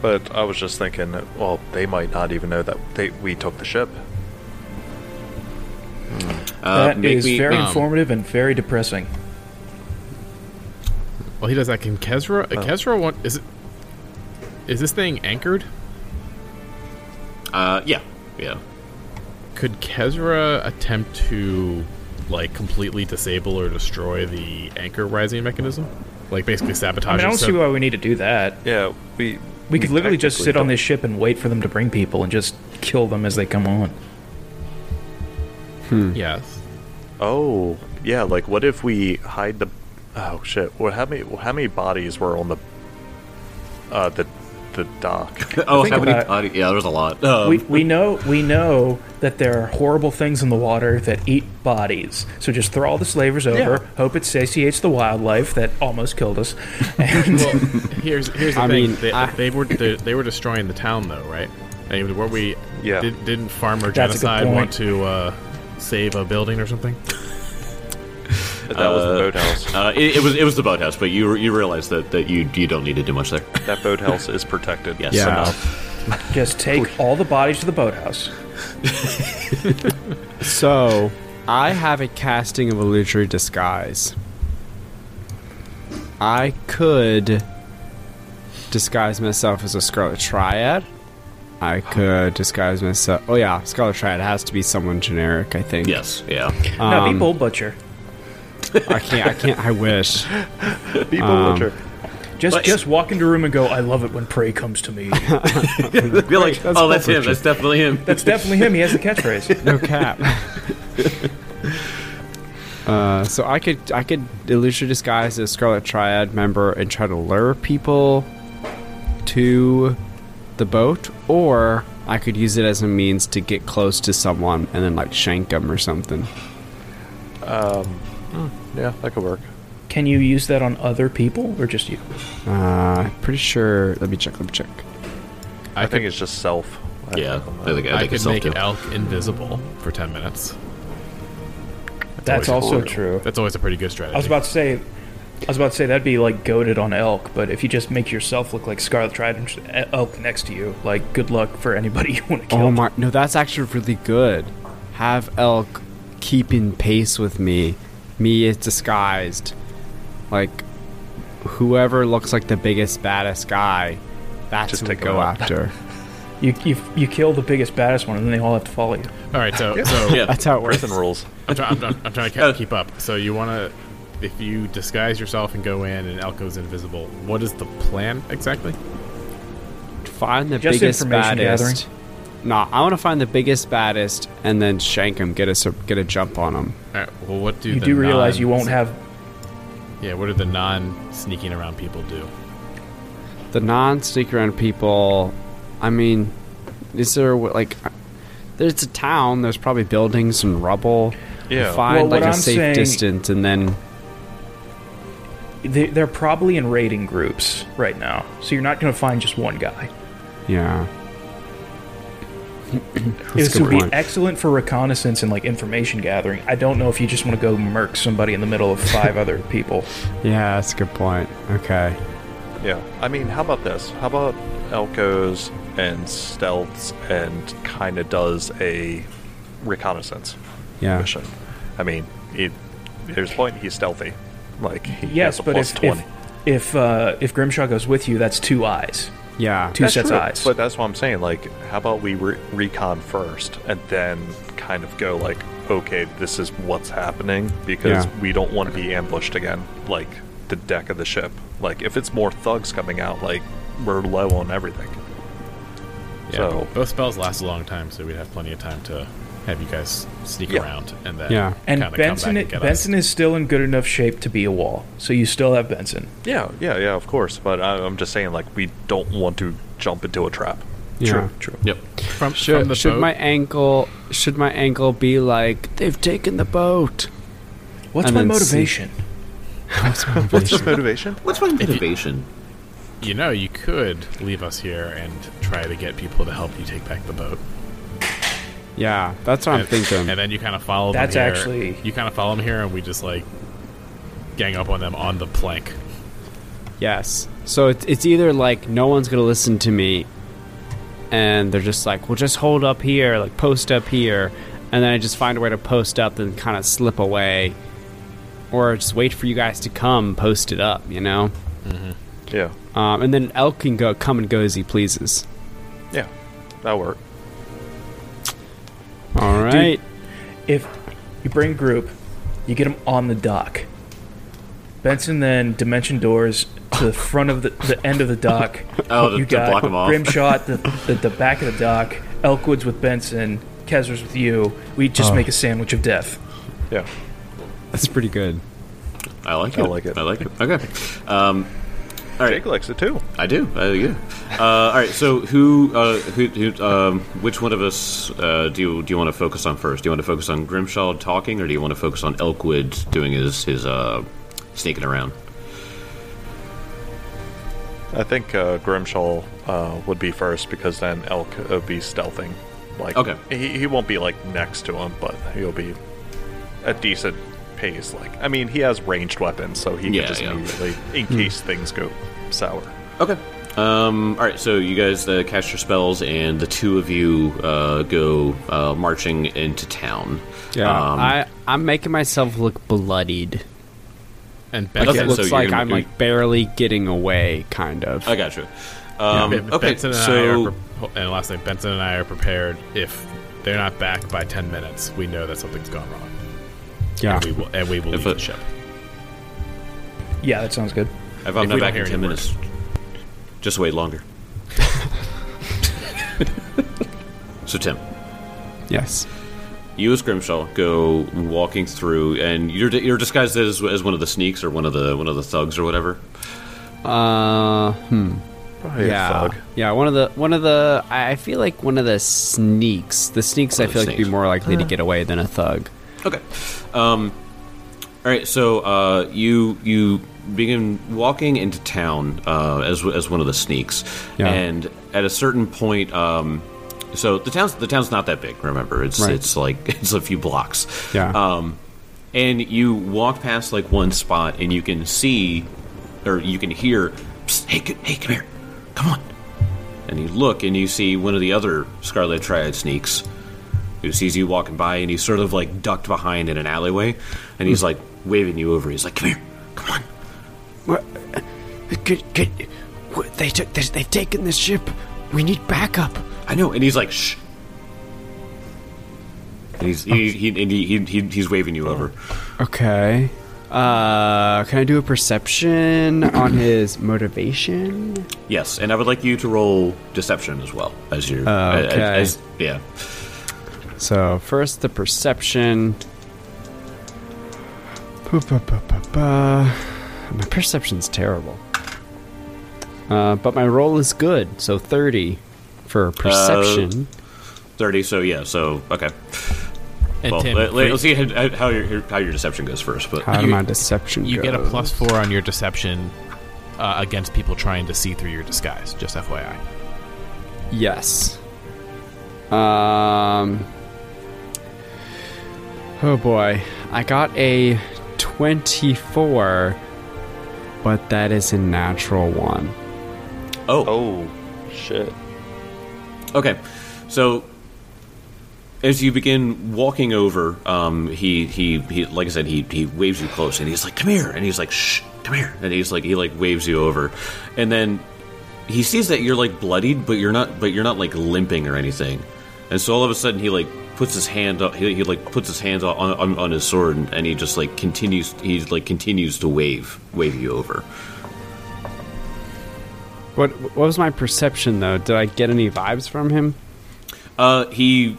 [SPEAKER 3] But I was just thinking, that, well, they might not even know that they, we took the ship.
[SPEAKER 1] Uh,
[SPEAKER 4] that
[SPEAKER 1] make
[SPEAKER 4] is
[SPEAKER 1] me-
[SPEAKER 4] very
[SPEAKER 1] make-
[SPEAKER 4] informative and very depressing.
[SPEAKER 5] Well, he does that. Can Kezra? Uh, Kezra, want, is it? Is this thing anchored?
[SPEAKER 1] uh, yeah, yeah.
[SPEAKER 5] Could Kezra attempt to, like, completely disable or destroy the anchor rising mechanism? Like, basically sabotage
[SPEAKER 4] I mean, I don't
[SPEAKER 5] it. so-
[SPEAKER 4] see why we need to do that.
[SPEAKER 3] Yeah, we
[SPEAKER 4] We could literally just sit
[SPEAKER 3] technically
[SPEAKER 4] on this ship and wait for them to bring people and just kill them as they come on.
[SPEAKER 5] yes.
[SPEAKER 3] don't- Oh, yeah, like what if we hide the Oh shit. Well, how many how many bodies were on the uh the the dock?
[SPEAKER 1] Oh, how many?
[SPEAKER 4] about it.
[SPEAKER 1] body- yeah, there's a lot. Um,
[SPEAKER 4] we, we know we know that there are horrible things in the water that eat bodies. So just throw all the slavers over. Hope it satiates the wildlife that almost killed us. And
[SPEAKER 5] Well, here's here's the
[SPEAKER 2] I
[SPEAKER 5] thing.
[SPEAKER 2] mean,
[SPEAKER 5] they,
[SPEAKER 2] I-
[SPEAKER 5] they were they, they were destroying the town, though, right? I mean, were we?
[SPEAKER 3] Yeah.
[SPEAKER 5] Did, didn't farmer
[SPEAKER 4] That's a good
[SPEAKER 5] genocide
[SPEAKER 4] point.
[SPEAKER 5] want to uh, save a building or something?
[SPEAKER 3] That was the boathouse.
[SPEAKER 1] uh, it, it was it was the boathouse, but you you realize that, that you you don't need to do much there.
[SPEAKER 3] That boathouse is protected.
[SPEAKER 1] Yes.
[SPEAKER 5] Yeah.
[SPEAKER 1] somehow.
[SPEAKER 4] just take all the bodies to the boathouse.
[SPEAKER 2] So, I have a casting of illusory disguise. I could disguise myself as a Scarlet Triad. I could disguise myself. Oh yeah, Scarlet Triad has to be someone generic. I think.
[SPEAKER 1] Yes. Yeah.
[SPEAKER 4] now be bold butcher.
[SPEAKER 2] I can't. I can't. I wish.
[SPEAKER 3] People Witcher.
[SPEAKER 4] Just
[SPEAKER 1] but-
[SPEAKER 4] just walk into a room and go. I love it when prey comes to me.
[SPEAKER 1] You're like,
[SPEAKER 2] that's
[SPEAKER 1] oh, that's
[SPEAKER 2] Bull
[SPEAKER 1] him. That's definitely him.
[SPEAKER 4] That's definitely him. He has the catchphrase.
[SPEAKER 2] No cap. Uh, so I could I could illusory disguise as a Scarlet Triad member and try to lure people to the boat, or I could use it as a means to get close to someone and then like shank them or something.
[SPEAKER 3] Yeah, that could work.
[SPEAKER 4] Can you use that on other people or just you?
[SPEAKER 2] Uh, pretty sure. Let me check. Let me check.
[SPEAKER 3] I
[SPEAKER 5] I, could,
[SPEAKER 3] think it's just self. I
[SPEAKER 1] Yeah.
[SPEAKER 3] think I'm
[SPEAKER 1] I think, I
[SPEAKER 5] I,
[SPEAKER 1] think
[SPEAKER 5] could
[SPEAKER 1] it's
[SPEAKER 5] make
[SPEAKER 1] too.
[SPEAKER 5] an elk invisible for ten minutes.
[SPEAKER 4] That's
[SPEAKER 5] always
[SPEAKER 4] also
[SPEAKER 5] horrible.
[SPEAKER 4] true.
[SPEAKER 5] That's always a pretty good strategy.
[SPEAKER 4] I was about to say, I was about to say that'd be like goaded on elk, but if you just make yourself look like Scarlet Trident elk next to you, like good luck for anybody you want to kill.
[SPEAKER 2] Oh my! No, that's actually really good. Have elk keep in pace with me. Me is disguised, like whoever looks like the biggest baddest guy. That's
[SPEAKER 3] Just
[SPEAKER 2] who we
[SPEAKER 3] take him
[SPEAKER 2] go
[SPEAKER 3] out.
[SPEAKER 2] after.
[SPEAKER 4] You, you you kill the biggest baddest one, and then they all have to follow you.
[SPEAKER 5] All right, so so
[SPEAKER 1] Yeah.
[SPEAKER 2] That's how it works.
[SPEAKER 3] Prison rules.
[SPEAKER 5] I'm, try- I'm, I'm, I'm trying
[SPEAKER 3] Uh,
[SPEAKER 5] to ke- keep up. So you want to, if you disguise yourself and go in, and Elko's invisible. What is the plan exactly?
[SPEAKER 2] Find the
[SPEAKER 4] Just
[SPEAKER 2] biggest
[SPEAKER 4] information
[SPEAKER 2] baddest. Nah, I want to find the biggest baddest and then shank him. Get a sur- get a jump on him.
[SPEAKER 5] All right, well, what do
[SPEAKER 4] You
[SPEAKER 5] the
[SPEAKER 4] do realize
[SPEAKER 5] non-
[SPEAKER 4] you won't have.
[SPEAKER 5] Yeah, what do the non sneaking around people do?
[SPEAKER 2] the non-stick around people i mean is there a wa- like there's a town there's probably buildings and rubble
[SPEAKER 3] Yeah.
[SPEAKER 2] find
[SPEAKER 4] Well, what
[SPEAKER 2] like a
[SPEAKER 4] I'm
[SPEAKER 2] safe
[SPEAKER 4] saying-
[SPEAKER 2] distance and then
[SPEAKER 4] They, they're probably in raiding groups right now, so you're not going to find just one guy.
[SPEAKER 2] yeah That's
[SPEAKER 4] this
[SPEAKER 2] a good
[SPEAKER 4] would be
[SPEAKER 2] point.
[SPEAKER 4] excellent for reconnaissance and like information gathering. I don't know if you just want to go murk somebody in the middle of five other people.
[SPEAKER 2] yeah that's a good point okay
[SPEAKER 3] Yeah. I mean, how about this? How about Elko's and stealths and kind of does a reconnaissance
[SPEAKER 2] Yeah.
[SPEAKER 3] mission. I mean, it, there's a point he's stealthy. Like he
[SPEAKER 4] Yes,
[SPEAKER 3] has a
[SPEAKER 4] but
[SPEAKER 3] plus
[SPEAKER 4] if,
[SPEAKER 3] twenty.
[SPEAKER 4] if if uh, if Grimshaw goes with you, that's two eyes.
[SPEAKER 2] Yeah.
[SPEAKER 4] Two sets
[SPEAKER 3] true,
[SPEAKER 4] of eyes.
[SPEAKER 3] But that's what I'm saying. Like, how about we re- recon first and then kind of go like, okay, this is what's happening because
[SPEAKER 2] Yeah.
[SPEAKER 3] we don't want to be ambushed again. Like the deck of the ship. Like if it's more thugs coming out, like we're low on everything.
[SPEAKER 5] Yeah.
[SPEAKER 3] So-
[SPEAKER 5] both spells last a long time, so we'd have plenty of time to have you guys sneak
[SPEAKER 3] Yeah.
[SPEAKER 5] around and then
[SPEAKER 2] Yeah.
[SPEAKER 5] kinda
[SPEAKER 4] and
[SPEAKER 5] come back
[SPEAKER 4] Benson
[SPEAKER 5] and get
[SPEAKER 4] Benson is still in good enough shape to be a wall, so you still have Benson.
[SPEAKER 3] Yeah, yeah, yeah. Of course, but I, I'm just saying, like, we don't want to jump into a trap.
[SPEAKER 2] Yeah.
[SPEAKER 4] true.
[SPEAKER 1] Yep.
[SPEAKER 5] us. from, from
[SPEAKER 2] Should,
[SPEAKER 5] the
[SPEAKER 2] should
[SPEAKER 5] boat.
[SPEAKER 2] my ankle should my ankle be like they've taken the boat?
[SPEAKER 4] What's
[SPEAKER 2] And
[SPEAKER 4] my
[SPEAKER 2] then see-
[SPEAKER 4] motivation?
[SPEAKER 2] What's my
[SPEAKER 3] What's his
[SPEAKER 2] motivation?
[SPEAKER 3] motivation?
[SPEAKER 1] What's my motivation?
[SPEAKER 5] you know, you could leave us here and try to get people to help you take back the boat.
[SPEAKER 2] yeah, that's what I'm
[SPEAKER 5] and,
[SPEAKER 2] thinking.
[SPEAKER 5] And then you kind of follow.
[SPEAKER 4] That's
[SPEAKER 5] them here.
[SPEAKER 4] actually-
[SPEAKER 5] you kind of follow them here, and we just like gang up on them on the plank.
[SPEAKER 2] Yes. So it's, it's either like no one's going to listen to me, and they're just like, well, just hold up here, like post up here, and then I just find a way to post up and kind of slip away, or just wait for you guys to come, post it up, you know?
[SPEAKER 3] Yeah,
[SPEAKER 2] Um, and then Elk can go come and go as he pleases.
[SPEAKER 3] yeah, that'll work.
[SPEAKER 2] All right.
[SPEAKER 4] If you bring a group, you get them on the dock. Benson then dimension doors to the front of the, the end of the dock.
[SPEAKER 1] Oh, to-
[SPEAKER 4] you
[SPEAKER 1] to block 'em off.
[SPEAKER 4] Grimshaw at the, the, the back of the dock. Elkwood's with Benson. Kezer's with you. We just make a sandwich of death.
[SPEAKER 3] Yeah,
[SPEAKER 2] That's pretty good.
[SPEAKER 1] I like
[SPEAKER 3] I
[SPEAKER 1] it.
[SPEAKER 3] like it.
[SPEAKER 1] I like it. Okay. Um, all right.
[SPEAKER 3] Jake likes it too.
[SPEAKER 1] I do. I do. Uh, all right. So who, uh, who, who um, which one of us uh, do you do you want to focus on first? Do you want to focus on Grimshaw talking, or do you want to focus on Elkwood doing his his uh, sneaking around?
[SPEAKER 3] I think uh, Grimshaw uh, would be first because then Elk would be stealthing. Like,
[SPEAKER 1] Okay.
[SPEAKER 3] he, he won't be like next to him, but he'll be a decent pace. Like, I mean, he has ranged weapons, so he
[SPEAKER 1] Yeah,
[SPEAKER 3] can just
[SPEAKER 1] yeah. Hmm.
[SPEAKER 3] immediately, in case things go sour.
[SPEAKER 1] Okay. Um, all right. So you guys uh, cast your spells, and the two of you uh, go uh, marching into town.
[SPEAKER 2] Yeah.
[SPEAKER 1] Um,
[SPEAKER 2] I, I'm making myself look bloodied.
[SPEAKER 5] And
[SPEAKER 2] Like
[SPEAKER 1] Okay,
[SPEAKER 5] Benson,
[SPEAKER 2] it
[SPEAKER 1] so
[SPEAKER 2] looks
[SPEAKER 1] you're
[SPEAKER 2] like
[SPEAKER 1] gonna
[SPEAKER 2] I'm
[SPEAKER 1] do-
[SPEAKER 2] like barely getting away, kind of.
[SPEAKER 1] I got you. Um,
[SPEAKER 5] Ben-
[SPEAKER 1] okay.
[SPEAKER 5] Benson and I
[SPEAKER 1] so
[SPEAKER 5] are, pre- and last name Benson and I are prepared. If they're not back by ten minutes, we know that something's gone wrong.
[SPEAKER 2] yeah.
[SPEAKER 5] And we will, and we will
[SPEAKER 1] If
[SPEAKER 5] leave
[SPEAKER 1] it-
[SPEAKER 5] the ship.
[SPEAKER 4] Yeah, that sounds good.
[SPEAKER 1] if I'm
[SPEAKER 5] if
[SPEAKER 1] not
[SPEAKER 5] we don't
[SPEAKER 1] back
[SPEAKER 5] hear
[SPEAKER 1] in ten
[SPEAKER 5] any word.
[SPEAKER 1] minutes, just wait longer. so Tim.
[SPEAKER 2] Yes.
[SPEAKER 1] you as Grimshaw go walking through, and you're you're disguised as, as one of the sneaks or one of the one of the thugs or whatever.
[SPEAKER 2] Uh, hmm.
[SPEAKER 3] Probably
[SPEAKER 2] yeah,
[SPEAKER 3] a thug.
[SPEAKER 2] yeah. One of the one of the I I feel like one of the sneaks. The sneaks
[SPEAKER 1] One
[SPEAKER 2] I
[SPEAKER 1] of
[SPEAKER 2] feel
[SPEAKER 1] the
[SPEAKER 2] like would be
[SPEAKER 1] sneaks.
[SPEAKER 2] more likely to get away than a thug.
[SPEAKER 1] Okay. Um, all right. So uh, you you begin walking into town uh, as as one of the sneaks,
[SPEAKER 2] Yeah.
[SPEAKER 1] and at a certain point, um, so the town's the town's not that big. Remember, it's
[SPEAKER 2] Right.
[SPEAKER 1] it's like it's a few blocks.
[SPEAKER 2] Yeah.
[SPEAKER 1] Um, and you walk past like one spot, and you can see, or you can hear, Psst, hey, c- hey, come here, come on. And you look, and you see one of the other Scarlet Triad sneaks who sees you walking by and he's sort of like ducked behind in an alleyway and he's like waving you over. He's like, Come here, come on.
[SPEAKER 2] Uh,
[SPEAKER 6] Could, could, they took this, they've taken the ship. We need backup.
[SPEAKER 1] I know. And he's like, Shh. And he's, he, he, and he, he, he, he's waving you over.
[SPEAKER 2] Oh. Okay. Uh, can I do a perception on his motivation?
[SPEAKER 1] Yes, and I would like you to roll deception as well as your. as-
[SPEAKER 2] Uh, Okay.
[SPEAKER 1] as- yeah.
[SPEAKER 2] So first the perception. Ba-ba-ba-ba-ba. My perception's terrible. Uh, but my roll is good, so thirty
[SPEAKER 1] Uh,
[SPEAKER 2] for perception.
[SPEAKER 1] 30, so yeah, so, okay.
[SPEAKER 5] And
[SPEAKER 1] Well,
[SPEAKER 5] Tim,
[SPEAKER 1] let,
[SPEAKER 5] for-
[SPEAKER 1] us see how, how, your, how your deception goes first. But
[SPEAKER 2] How
[SPEAKER 5] You-
[SPEAKER 2] my deception
[SPEAKER 5] you get a
[SPEAKER 2] goes.
[SPEAKER 5] plus four on your deception uh, against people trying to see through your disguise. Just FYI.
[SPEAKER 2] Yes. Um. Oh boy, I got a twenty-four, but that is a natural one.
[SPEAKER 1] Oh,
[SPEAKER 3] Oh, shit.
[SPEAKER 1] Okay, so as you begin walking over, um, he, he he like I said, he he waves you close, and he's like, "Come here," and he's like, "Shh, come here," and he's like, he like waves you over, and then he sees that you're like bloodied, but you're not, but you're not like limping or anything, and so all of a sudden he like puts his hand up, he, he like puts his hands on, on on his sword, and, and he just like continues, he like continues to wave wave you over.
[SPEAKER 2] What what was my perception though? Did I get any vibes from him?
[SPEAKER 1] Uh, he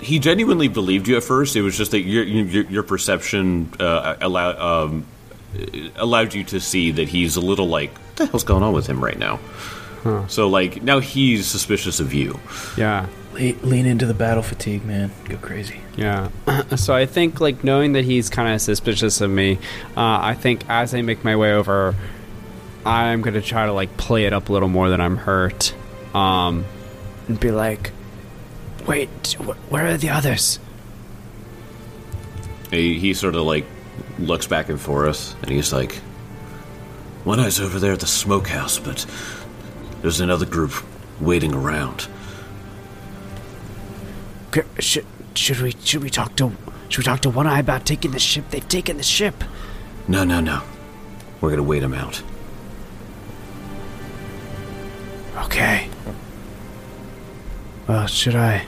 [SPEAKER 1] he genuinely believed you at first. It was just that your your, your perception uh, allowed um, allowed you to see that he's a little like what the hell's going on with him right now. So like now he's suspicious of you.
[SPEAKER 2] Yeah.
[SPEAKER 4] Le- lean into the battle fatigue, man. Go crazy.
[SPEAKER 2] Yeah. so I think, like, knowing that he's kind of suspicious of me, uh, I think as I make my way over, I'm going to try to, like, play it up a little more than I'm hurt. Um,
[SPEAKER 6] and be like, wait, wh- where are the others?
[SPEAKER 1] He, he sort of like looks back and forth, and he's like, "One eye's over there at the smokehouse, but there's another group waiting around."
[SPEAKER 6] G- Should, should we should we talk to should we talk to One Eye about taking the ship? They've taken the ship.
[SPEAKER 1] No, no, no. We're gonna wait him out.
[SPEAKER 6] Okay. Well, should I?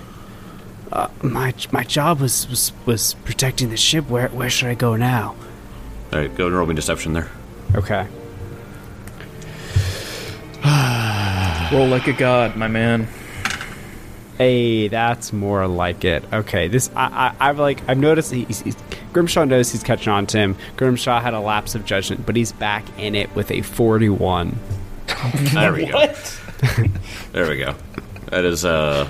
[SPEAKER 6] Uh, my my job was, was was protecting the ship. Where where should I go now?
[SPEAKER 1] All right, go and roll me deception there.
[SPEAKER 2] okay.
[SPEAKER 4] Roll like a god, my man.
[SPEAKER 2] Hey, that's more like it. Okay, this I, I I've like I've noticed he's, he's, Grimshaw knows he's catching on to him. Grimshaw had a lapse of judgment, but he's back in it with a forty-one.
[SPEAKER 1] There we go. there we go. That is uh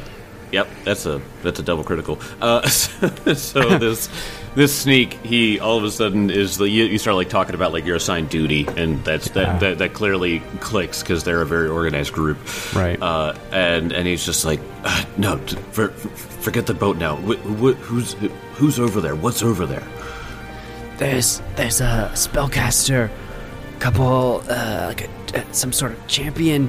[SPEAKER 1] yep, that's a that's a double critical. Uh so, this this sneak he all of a sudden is the you, you start like talking about like your assigned duty and that's that, that that clearly clicks cuz they're a very organized group.
[SPEAKER 2] Right.
[SPEAKER 1] Uh and and he's just like uh, no, t- for, forget the boat now. Wh- wh- who's who's over there? What's over there?
[SPEAKER 6] There's there's a spellcaster, couple uh, like a, uh, some sort of champion,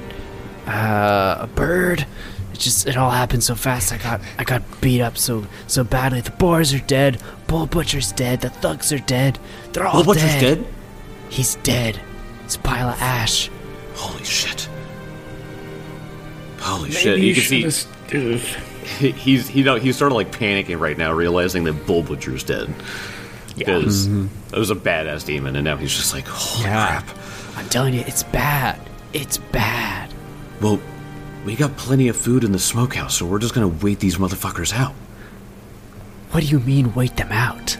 [SPEAKER 6] uh, a bird. It just it all happened so fast. I got I got beat up so so badly. The boars are dead. Bull butcher's dead. The thugs are dead. They're all
[SPEAKER 1] Oh, what's
[SPEAKER 6] dead.
[SPEAKER 1] dead?
[SPEAKER 6] He's dead. It's a pile of ash.
[SPEAKER 1] Holy shit. Holy shit.
[SPEAKER 4] Maybe
[SPEAKER 1] You,
[SPEAKER 4] you
[SPEAKER 1] can
[SPEAKER 4] should
[SPEAKER 1] see
[SPEAKER 4] just- Ugh.
[SPEAKER 1] He- he's he know, he's sort of like panicking right now, realizing that Bull Butcher's dead. Because that was a badass demon, and now he's just like, holy
[SPEAKER 2] Yeah.
[SPEAKER 1] crap.
[SPEAKER 6] I'm telling you, it's bad. It's bad.
[SPEAKER 1] Well, we got plenty of food in the smokehouse, so we're just gonna wait these motherfuckers out.
[SPEAKER 6] What do you mean wait them out?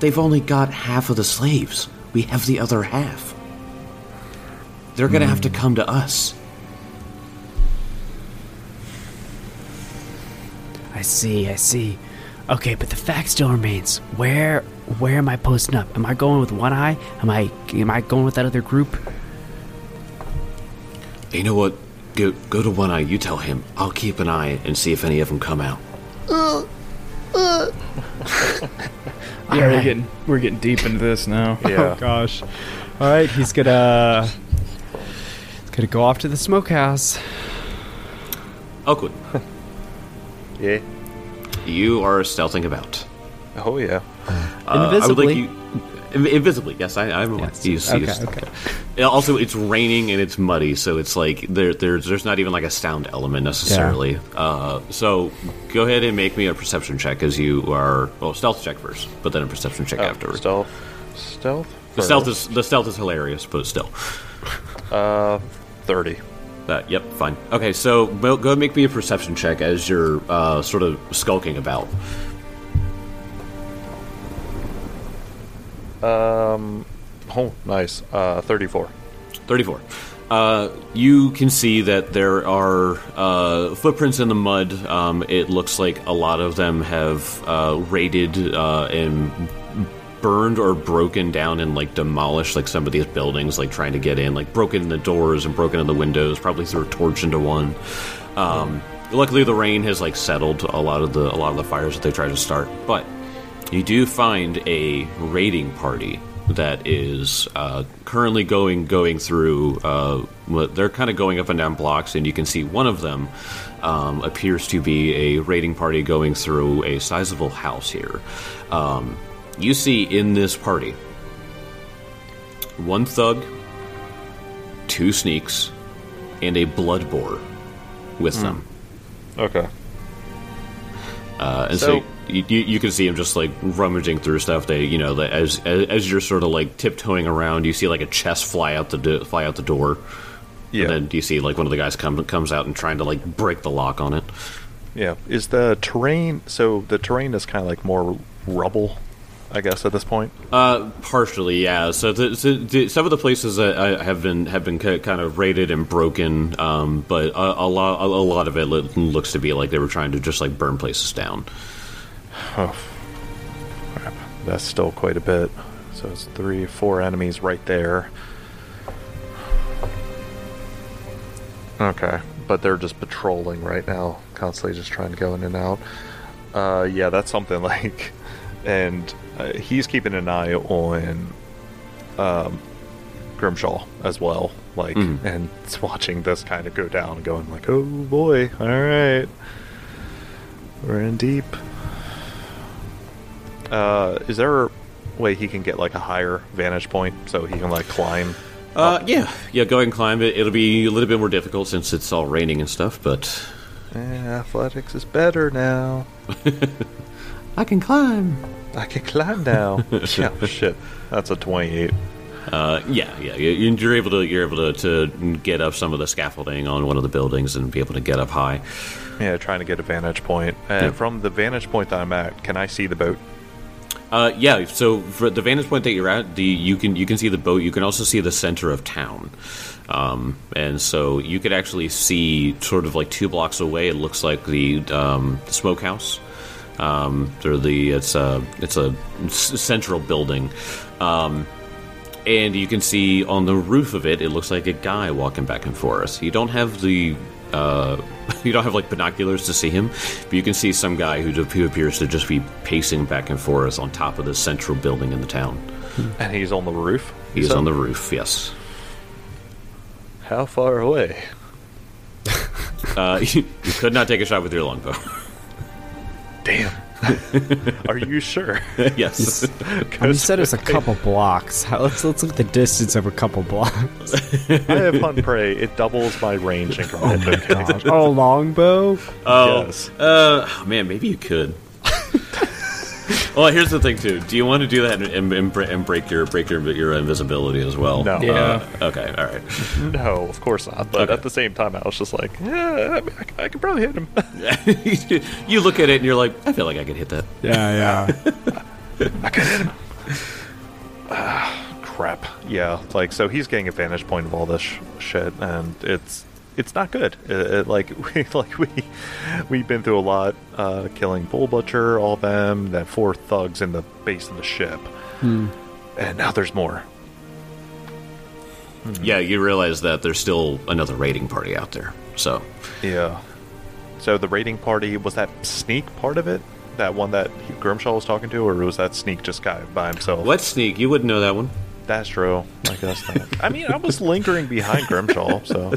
[SPEAKER 1] They've only got half of the slaves. We have the other half. They're gonna have to come to us.
[SPEAKER 6] I see, I see. Okay, but the fact still remains. Where where am I posting up? Am I going with one eye? Am I am I going with that other group?
[SPEAKER 1] You know what? Go go to One Eye. You tell him. I'll keep an eye and see if any of them come out.
[SPEAKER 4] Yeah, we're
[SPEAKER 6] right.
[SPEAKER 4] getting we're getting deep into this now.
[SPEAKER 1] Oh,
[SPEAKER 3] Yeah.
[SPEAKER 2] Gosh. All right, he's gonna he's gonna go off to the smokehouse.
[SPEAKER 1] Oakwood,
[SPEAKER 3] yeah.
[SPEAKER 1] you are stealthing about.
[SPEAKER 3] Oh yeah.
[SPEAKER 1] Uh, I would
[SPEAKER 2] Invisibly?
[SPEAKER 1] like you, inv- invisibly, yes, I, I'm aware.
[SPEAKER 2] Yes.
[SPEAKER 1] You see- you
[SPEAKER 2] Okay,
[SPEAKER 1] see-
[SPEAKER 2] okay.
[SPEAKER 1] Yeah, Also, it's raining and it's muddy, so it's like there, there's there's not even like a sound element necessarily. Uh, so go ahead and make me a perception check as you are well stealth check first, but then a perception
[SPEAKER 2] Oh,
[SPEAKER 1] check afterwards.
[SPEAKER 3] Stealth. Stealth.
[SPEAKER 1] The stealth is the stealth is hilarious, but still,
[SPEAKER 3] thirty.
[SPEAKER 1] that yep, fine. Okay, so bo- go make me a perception check as you're uh, sort of skulking about.
[SPEAKER 3] Oh, nice. Uh, thirty-four.
[SPEAKER 1] 34. Uh, you can see that there are uh, footprints in the mud. Um, it looks like a lot of them have uh, raided uh, and burned or broken down and like demolished like some of these buildings, like trying to get in, like broken the doors and broken in the windows, probably threw a torch into one. Um, luckily, the rain has like settled a lot of the a lot of the fires that they tried to start, but you do find a raiding party that is uh, currently going going through. Uh, well, they're kind of going up and down blocks, and you can see one of them um, appears to be a raiding party going through a sizable house here. Um, you see in this party one thug, two sneaks, and a blood boar with them.
[SPEAKER 3] Okay.
[SPEAKER 1] Uh, and so,
[SPEAKER 3] So-
[SPEAKER 1] you, you, you can see him just like rummaging through stuff. They, you know, that as, as as you're sort of like tiptoeing around, you see like a chest fly out the do- fly out the door.
[SPEAKER 3] Yeah.
[SPEAKER 1] And then you see like one of the guys come comes out and trying to like break the lock on it.
[SPEAKER 3] Yeah. Is the terrain so the terrain is kind of like more rubble, I guess at this point.
[SPEAKER 1] Uh, partially, yeah. So, the, so the, some of the places that I have been have been ki- kind of raided and broken, um, but a, a lot a, a lot of it loo- looks to be like they were trying to just like burn places down.
[SPEAKER 3] That's still quite a bit. So it's three, four enemies right there. Okay, but they're just patrolling right now, constantly just trying to go in and out. Uh, yeah, that's something like, and uh, he's keeping an eye on um, Grimshaw as well, like, and it's watching this kind of go down, going like, oh boy, all right, we're in deep. Uh, is there a way he can get like a higher vantage point so he can like climb?
[SPEAKER 1] Uh, yeah, yeah. Go ahead and climb it. It'll be a little bit more difficult since it's all raining and stuff, but
[SPEAKER 3] Eh, athletics is better now.
[SPEAKER 1] I can climb.
[SPEAKER 3] I can climb now. yeah, shit. That's a twenty-eight.
[SPEAKER 1] Uh, yeah, yeah. you- You're able to you're able to, to get up some of the scaffolding on one of the buildings and be able to get up high.
[SPEAKER 3] Yeah, trying to get a vantage point. And
[SPEAKER 1] Yeah.
[SPEAKER 3] from the vantage point that I'm at, can I see the boat?
[SPEAKER 1] Uh, yeah. So for the vantage point that you're at, the you can you can see the boat. You can also see the center of town, um, and so you could actually see sort of like two blocks away. It looks like the um, the smokehouse. Um, or the it's a it's a s- central building, um, and you can see on the roof of it. It looks like a guy walking back and forth. You don't have the uh, you don't have like binoculars to see him, but you can see some guy who, who appears to just be pacing back and forth on top of the central building in the town.
[SPEAKER 3] And he's on the roof.
[SPEAKER 1] He is on the roof. Yes,
[SPEAKER 3] How far away?
[SPEAKER 1] uh, you, you could not take a shot with your longbow.
[SPEAKER 3] Damn. Are you sure?
[SPEAKER 1] yes,
[SPEAKER 2] I mean, you said it was a couple blocks. How- Let's let's look at the distance of a couple blocks.
[SPEAKER 3] I have hunt prey. It doubles my range increment. Okay.
[SPEAKER 2] oh, longbow.
[SPEAKER 1] Oh,
[SPEAKER 3] Yes.
[SPEAKER 1] uh, oh, man, maybe you could. well, here's the thing, too. Do you want to do that and, and, bre- and break your break your, your invisibility as well?
[SPEAKER 3] No.
[SPEAKER 4] Yeah.
[SPEAKER 1] Uh, okay. All right.
[SPEAKER 3] No, of course not. But
[SPEAKER 1] Okay.
[SPEAKER 3] at the same time, I was just like, yeah, I, mean, I c- I could probably hit him.
[SPEAKER 1] you look at it and you're like, I feel like I could hit that.
[SPEAKER 2] Yeah, yeah.
[SPEAKER 3] Crap. Yeah, like so he's getting a vantage point of all this sh- shit, and it's it's not good. It, it, like we like we we've been through a lot, uh, killing Bull Butcher, all them, then four thugs in the base of the ship, and now there's more.
[SPEAKER 1] Yeah, you realize that there's still another raiding party out there. So,
[SPEAKER 3] Yeah. So the raiding party was that sneak part of it. That one that he- Grimshaw was talking to, or was that sneak just guy by himself?
[SPEAKER 1] what sneak? You wouldn't know that one.
[SPEAKER 3] That's true. I guess not. I mean, I was lingering behind Grimshaw, so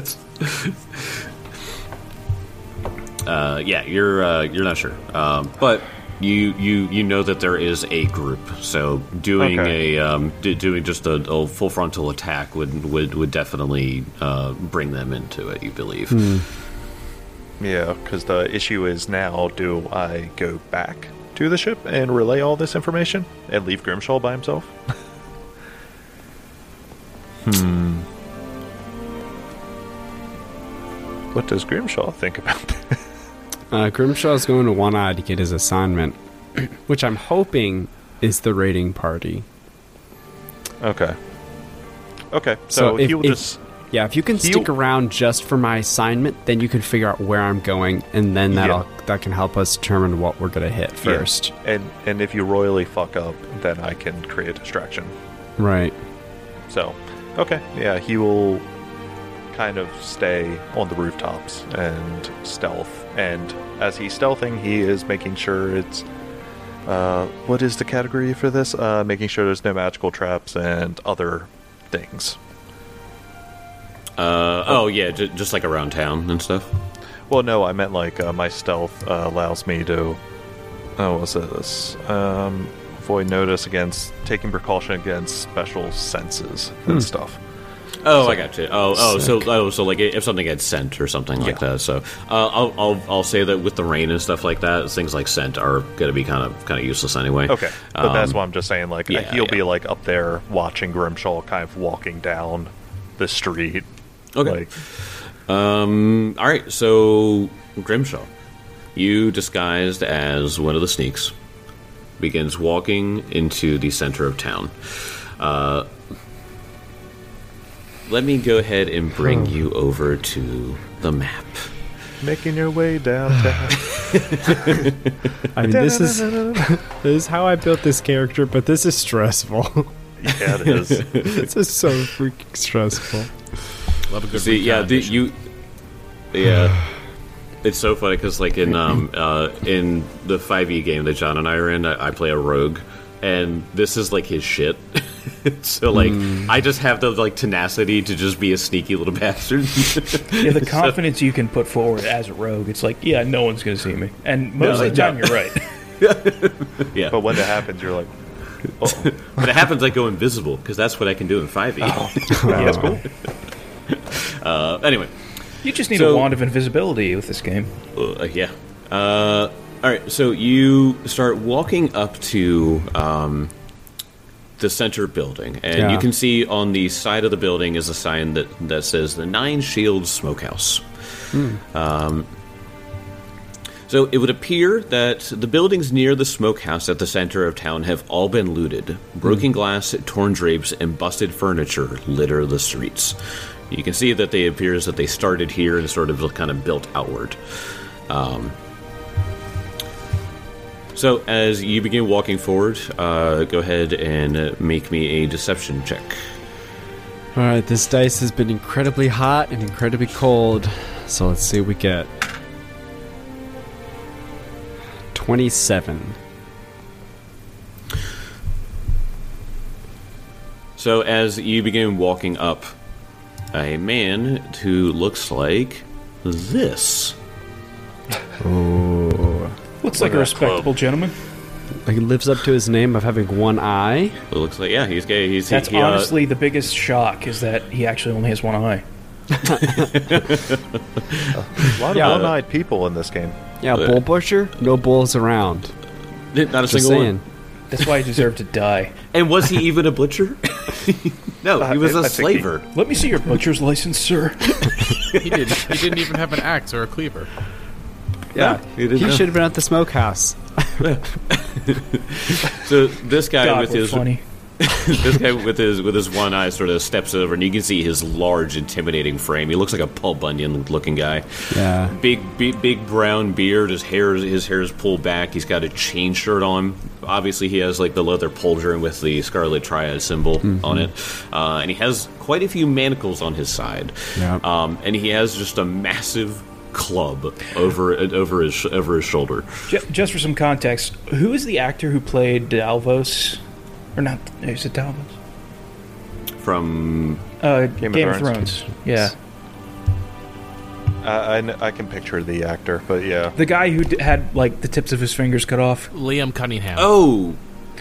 [SPEAKER 1] Uh, yeah, you're uh, you're not sure, um, but you you you know that there is a group. So doing
[SPEAKER 3] Okay.
[SPEAKER 1] a um, d- doing just a, a full frontal attack would would would definitely uh, bring them into it. You believe?
[SPEAKER 3] Yeah, because the issue is now do I go back to the ship and relay all this information and leave Grimshaw by himself? hmm. What does Grimshaw think about that?
[SPEAKER 2] Uh, Grimshaw's going to One Eye to get his assignment, which I'm hoping is the raiding party.
[SPEAKER 3] Okay. Okay, so,
[SPEAKER 2] if-
[SPEAKER 3] he'll
[SPEAKER 2] if-
[SPEAKER 3] just.
[SPEAKER 2] yeah, if you can
[SPEAKER 3] he'll-
[SPEAKER 2] stick around just for my assignment, then you can figure out where I'm going, and then
[SPEAKER 3] Yeah.
[SPEAKER 2] that'll that can help us determine what we're gonna hit
[SPEAKER 3] yeah,
[SPEAKER 2] first.
[SPEAKER 3] And, and if you royally fuck up, then I can create a distraction.
[SPEAKER 2] Right.
[SPEAKER 3] So, okay, yeah, he will kind of stay on the rooftops and stealth. And as he's stealthing, he is making sure it's uh, what is the category for this? Uh, making sure there's no magical traps and other things.
[SPEAKER 1] Uh, oh yeah, j- just like around town and stuff.
[SPEAKER 3] Well, no, I meant like uh, my stealth uh, allows me to. Oh, what's this? Um, avoid notice against taking precaution against special senses and stuff.
[SPEAKER 1] Oh, I got you. Oh, oh, so oh, so like if something had scent or something like that. So uh, I'll, I'll I'll say that with the rain and stuff like that, things like scent are gonna be kind of kind of useless anyway.
[SPEAKER 3] Okay, but that's
[SPEAKER 1] Um,
[SPEAKER 3] why I'm just saying like
[SPEAKER 1] yeah,
[SPEAKER 3] he'll be
[SPEAKER 1] yeah.
[SPEAKER 3] like up there watching Grimshaw, kind of walking down the street.
[SPEAKER 1] Okay.
[SPEAKER 3] Like,
[SPEAKER 1] Um, all right, so Grimshaw, you disguised as one of the sneaks, begins walking into the center of town. Uh, let me go ahead and bring
[SPEAKER 3] Hmm.
[SPEAKER 1] you over to the map.
[SPEAKER 3] making your way downtown.
[SPEAKER 2] I mean, this is this is how I built this character, but this is stressful.
[SPEAKER 3] yeah, it is.
[SPEAKER 2] this is so freaking stressful.
[SPEAKER 5] Love a good
[SPEAKER 1] See, yeah, the,
[SPEAKER 5] recommendation.
[SPEAKER 1] you, yeah. It's so funny because, like in um uh in the five E game that John and I are in, I, I play a rogue, and this is like his shit. so like,
[SPEAKER 5] Hmm.
[SPEAKER 1] I just have the like tenacity to just be a sneaky little bastard.
[SPEAKER 4] Yeah, the confidence you can put forward as a rogue, it's like, yeah, no one's going to see me. And most of the time, you're right.
[SPEAKER 1] yeah,
[SPEAKER 3] But
[SPEAKER 1] but,
[SPEAKER 3] when that happens, you're like, oh,
[SPEAKER 1] it happens I go invisible because that's what I can do in five E.
[SPEAKER 5] Oh.
[SPEAKER 3] yeah, that's cool.
[SPEAKER 1] Uh, anyway,
[SPEAKER 4] You just need
[SPEAKER 1] So-
[SPEAKER 4] a wand of invisibility with this game.
[SPEAKER 1] Uh, yeah. Uh, all right. So you start walking up to um, the center building, and
[SPEAKER 2] Yeah.
[SPEAKER 1] you can see on the side of the building is a sign that that says the Nine Shields Smokehouse. Um, So it would appear that the buildings near the smokehouse at the center of town have all been looted. Broken glass, torn drapes, and busted furniture litter the streets. You can see that they appears that they started here and sort of kind of built outward. Um, so as you begin walking forward, uh, go ahead and uh, make me a deception check.
[SPEAKER 2] All right, this dice has been incredibly hot and incredibly cold, so let's see what we get. Twenty-seven.
[SPEAKER 1] So as you begin walking up, a man who looks like this.
[SPEAKER 4] Looks like a respectable gentleman.
[SPEAKER 2] Like he lives up to his name of having one eye.
[SPEAKER 1] It looks like yeah, he's gay. He's
[SPEAKER 4] That's
[SPEAKER 1] he, he, uh,
[SPEAKER 4] honestly the biggest shock is that he actually only has one eye.
[SPEAKER 3] A lot
[SPEAKER 2] Yeah.
[SPEAKER 3] of one-eyed people in this game.
[SPEAKER 2] Yeah,
[SPEAKER 1] Uh,
[SPEAKER 2] bull butcher. No bulls around.
[SPEAKER 1] not a
[SPEAKER 2] Just
[SPEAKER 1] single
[SPEAKER 2] saying.
[SPEAKER 1] one.
[SPEAKER 4] That's why he deserved to die.
[SPEAKER 1] And was he even a butcher? no, he was
[SPEAKER 3] I-
[SPEAKER 1] a
[SPEAKER 3] I think he-
[SPEAKER 1] slaver.
[SPEAKER 4] Let me see your butcher's license, sir.
[SPEAKER 5] he didn't. He didn't even have an axe or a cleaver.
[SPEAKER 2] Yeah,
[SPEAKER 1] he didn't
[SPEAKER 2] he
[SPEAKER 1] know.
[SPEAKER 2] should have been at the smokehouse.
[SPEAKER 1] So this guy
[SPEAKER 4] God,
[SPEAKER 1] with
[SPEAKER 4] we're
[SPEAKER 1] his
[SPEAKER 4] funny.
[SPEAKER 1] this guy with his with his one eye sort of steps over, and you can see his large, intimidating frame. He looks like a Paul Bunyan looking guy.
[SPEAKER 2] Yeah.
[SPEAKER 1] Big, big, big brown beard. His hair, is- his hair is pulled back. He's got a chain shirt on. Obviously, he has like the leather pauldron with the scarlet triad symbol
[SPEAKER 2] Mm-hmm.
[SPEAKER 1] on it, uh, and he has quite a few manacles on his side.
[SPEAKER 2] Yeah.
[SPEAKER 1] Um, and he has just a massive club over over his over his shoulder.
[SPEAKER 4] Ju- Just for some context, who is the actor who played Dalvos? Or not? Is it Dalvos?
[SPEAKER 1] From
[SPEAKER 4] Uh, Game,
[SPEAKER 3] of
[SPEAKER 4] of
[SPEAKER 3] Thrones.
[SPEAKER 4] Thrones. Yeah,
[SPEAKER 3] I, I kn- I can picture the actor, but yeah,
[SPEAKER 4] the guy who d- had like the tips of his fingers cut off.
[SPEAKER 5] Liam Cunningham.
[SPEAKER 1] oh,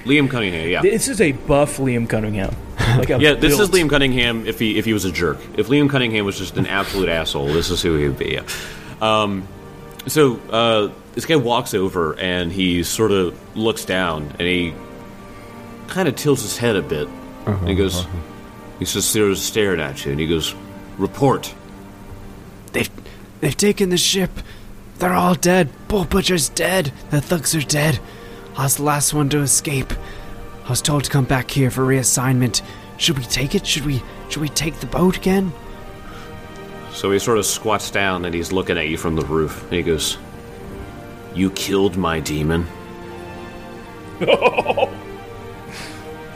[SPEAKER 1] Liam Cunningham. Yeah,
[SPEAKER 4] This is a buff Liam Cunningham. Like a
[SPEAKER 1] Yeah, this is
[SPEAKER 4] built-
[SPEAKER 1] Liam Cunningham if he if he was a jerk. If Liam Cunningham was just an absolute asshole, this is who he would be. Yeah. Um, so uh, this guy walks over and he sort of looks down and he kind of tilts his head a bit. and he goes, he's just there staring at you and he goes, "Report."
[SPEAKER 6] They've they've taken the ship. They're all dead. Bull Butcher's dead. The thugs are dead. I was the last one to escape. I was told to come back here for reassignment. Should we take it? Should we should we take the boat again?
[SPEAKER 1] So he sort of squats down and he's looking at you from the roof and he goes, "You killed my demon."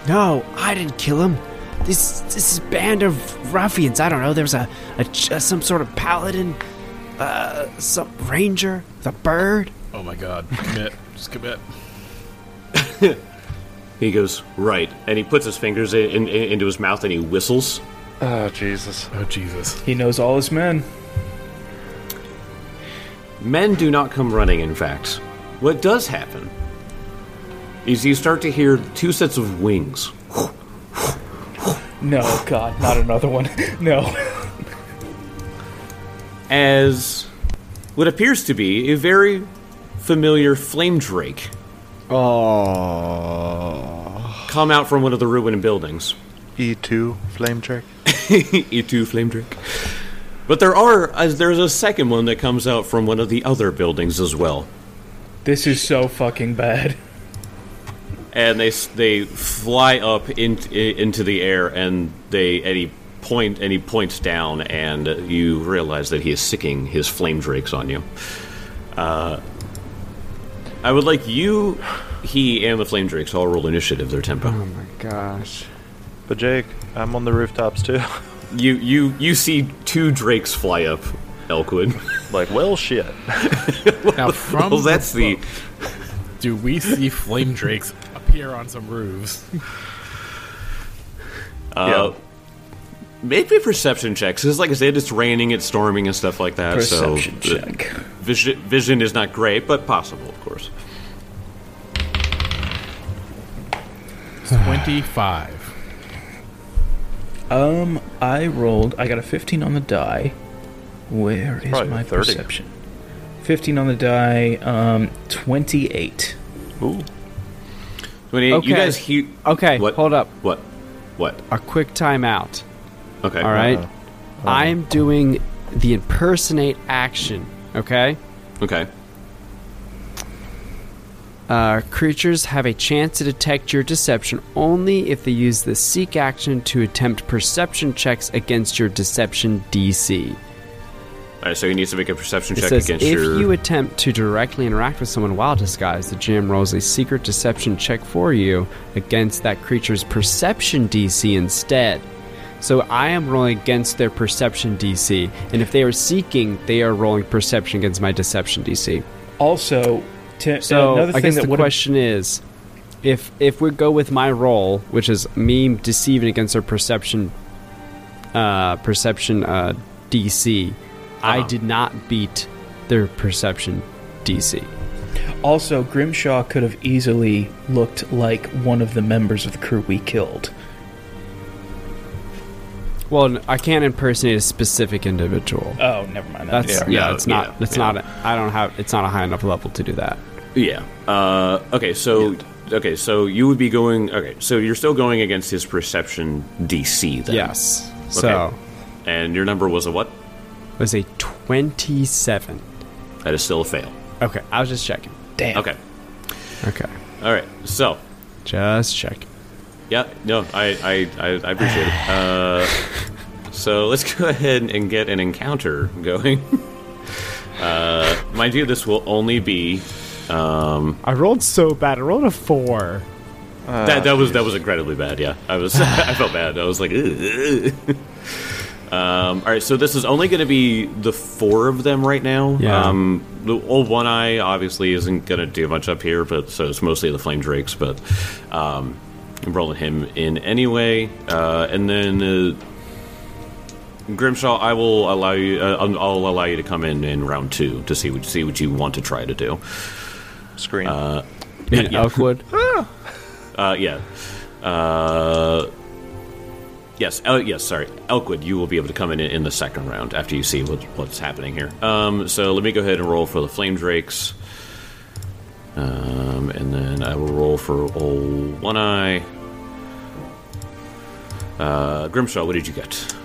[SPEAKER 6] No, I didn't kill him. This this band of ruffians. I don't know. There's a, a ch- some sort of paladin, uh, some ranger, the bird.
[SPEAKER 5] Oh my God! Commit. Just commit.
[SPEAKER 1] He goes, right. And he puts his fingers in, in, into his mouth and he whistles.
[SPEAKER 3] Oh Jesus!
[SPEAKER 5] Oh Jesus!
[SPEAKER 4] He knows all his men.
[SPEAKER 1] Men do not come running, in fact. What does happen is you start to hear two sets of wings.
[SPEAKER 4] No, God, not another one. No.
[SPEAKER 1] as what appears to be a very familiar flame drake
[SPEAKER 2] Oh.
[SPEAKER 1] come out from one of the ruined buildings.
[SPEAKER 3] E two flame trick.
[SPEAKER 1] E2 flame drake. But there are as there's a second one that comes out from one of the other buildings as well.
[SPEAKER 4] This is so fucking bad.
[SPEAKER 1] And they s- they fly up in, i- into the air and they and he point and he points down and you realize that he is sicking his flame drakes on you. Uh, I would like you, he, and the flame drakes all roll initiative. Their tempo.
[SPEAKER 2] Oh my gosh.
[SPEAKER 3] But Jake, I'm on the rooftops too.
[SPEAKER 1] You you you see two drakes fly up, Elkwood.
[SPEAKER 3] like, well, shit.
[SPEAKER 5] Now from
[SPEAKER 1] well, that's the
[SPEAKER 5] do we see flame drakes appear on some roofs?
[SPEAKER 1] uh, make me perception checks. Because like I said, it's raining, it's storming, and stuff like that.
[SPEAKER 4] Perception
[SPEAKER 1] so the
[SPEAKER 4] check.
[SPEAKER 1] Vision, vision is not great, but possible, of course.
[SPEAKER 5] Twenty-five.
[SPEAKER 4] Um, I rolled. I got a 15 on the die. Where is
[SPEAKER 3] probably
[SPEAKER 4] my
[SPEAKER 3] 30.
[SPEAKER 4] perception? 15 on the die. Um, 28.
[SPEAKER 3] Ooh.
[SPEAKER 1] Twenty-eight.
[SPEAKER 2] Okay.
[SPEAKER 1] You guys hear?
[SPEAKER 2] Okay,
[SPEAKER 1] What?
[SPEAKER 2] hold up.
[SPEAKER 1] What? What?
[SPEAKER 2] A quick timeout.
[SPEAKER 1] Okay.
[SPEAKER 2] All right. I'm doing the impersonate action. Okay.
[SPEAKER 1] Okay.
[SPEAKER 2] Uh, creatures have a chance to detect your deception only if they use the seek action to attempt perception checks against your deception DC.
[SPEAKER 1] All right. So he needs to make a perception
[SPEAKER 2] It
[SPEAKER 1] check
[SPEAKER 2] says if
[SPEAKER 1] against your.
[SPEAKER 2] you attempt to directly interact with someone while disguised, the GM rolls a secret deception check for you against that creature's perception DC instead. So I am rolling against their perception DC, and if they are seeking, they are rolling perception against my deception DC.
[SPEAKER 4] Also, t-
[SPEAKER 2] So
[SPEAKER 4] another
[SPEAKER 2] I
[SPEAKER 4] thing
[SPEAKER 2] guess
[SPEAKER 4] that
[SPEAKER 2] the
[SPEAKER 4] would
[SPEAKER 2] question is, if if we go with my role, which is me deceiving against their perception, uh, perception uh, DC, I did not beat their perception DC.
[SPEAKER 4] also Grimshaw could have easily looked like one of the members of the crew we killed.
[SPEAKER 2] Well, n- I can't impersonate a specific individual.
[SPEAKER 4] Oh, never mind. That
[SPEAKER 2] That's yeah,
[SPEAKER 1] yeah,
[SPEAKER 2] it's not.
[SPEAKER 1] yeah,
[SPEAKER 2] it's
[SPEAKER 1] yeah.
[SPEAKER 2] not. A, I don't have. It's not a high enough level to do that.
[SPEAKER 1] Yeah. Uh, okay. So. Okay. So you would be going. Okay. So you're still going against his perception DC. Then.
[SPEAKER 2] Yes.
[SPEAKER 1] Okay.
[SPEAKER 2] So
[SPEAKER 1] And your number was a what?
[SPEAKER 2] it was a twenty-seven.
[SPEAKER 1] That is still a fail.
[SPEAKER 2] Okay, I was just checking.
[SPEAKER 4] damn.
[SPEAKER 1] Okay.
[SPEAKER 2] Okay,
[SPEAKER 1] All right. So,
[SPEAKER 2] just checking.
[SPEAKER 1] yeah, no, I I, I, I appreciate it. Uh, so let's go ahead and get an encounter going. Uh, mind you, this will only be
[SPEAKER 2] I rolled so bad. I rolled a four.
[SPEAKER 1] that. That was that was incredibly bad. Yeah, I was I felt bad. I was like, "Ugh." um, all right. So this is only going to be the four of them right now.
[SPEAKER 2] Yeah.
[SPEAKER 1] Um, the old one eye obviously isn't going to do much up here, but so it's mostly the flame drakes. But um, I'm rolling him in anyway, uh, and then. Uh, Grimshaw, I will allow you. Uh, I'll I'll allow you to come in in round two to see what see what you want to try to do.
[SPEAKER 3] Screen.
[SPEAKER 2] In Elkwood.
[SPEAKER 1] Uh, yeah. Uh, yes. Oh, yes. Sorry, Elkwood. You will be able to come in in the second round after you see what, what's happening here. Um, so let me go ahead and roll for the flame drakes, um, and then I will roll for old one eye. Uh, Grimshaw, what did you get?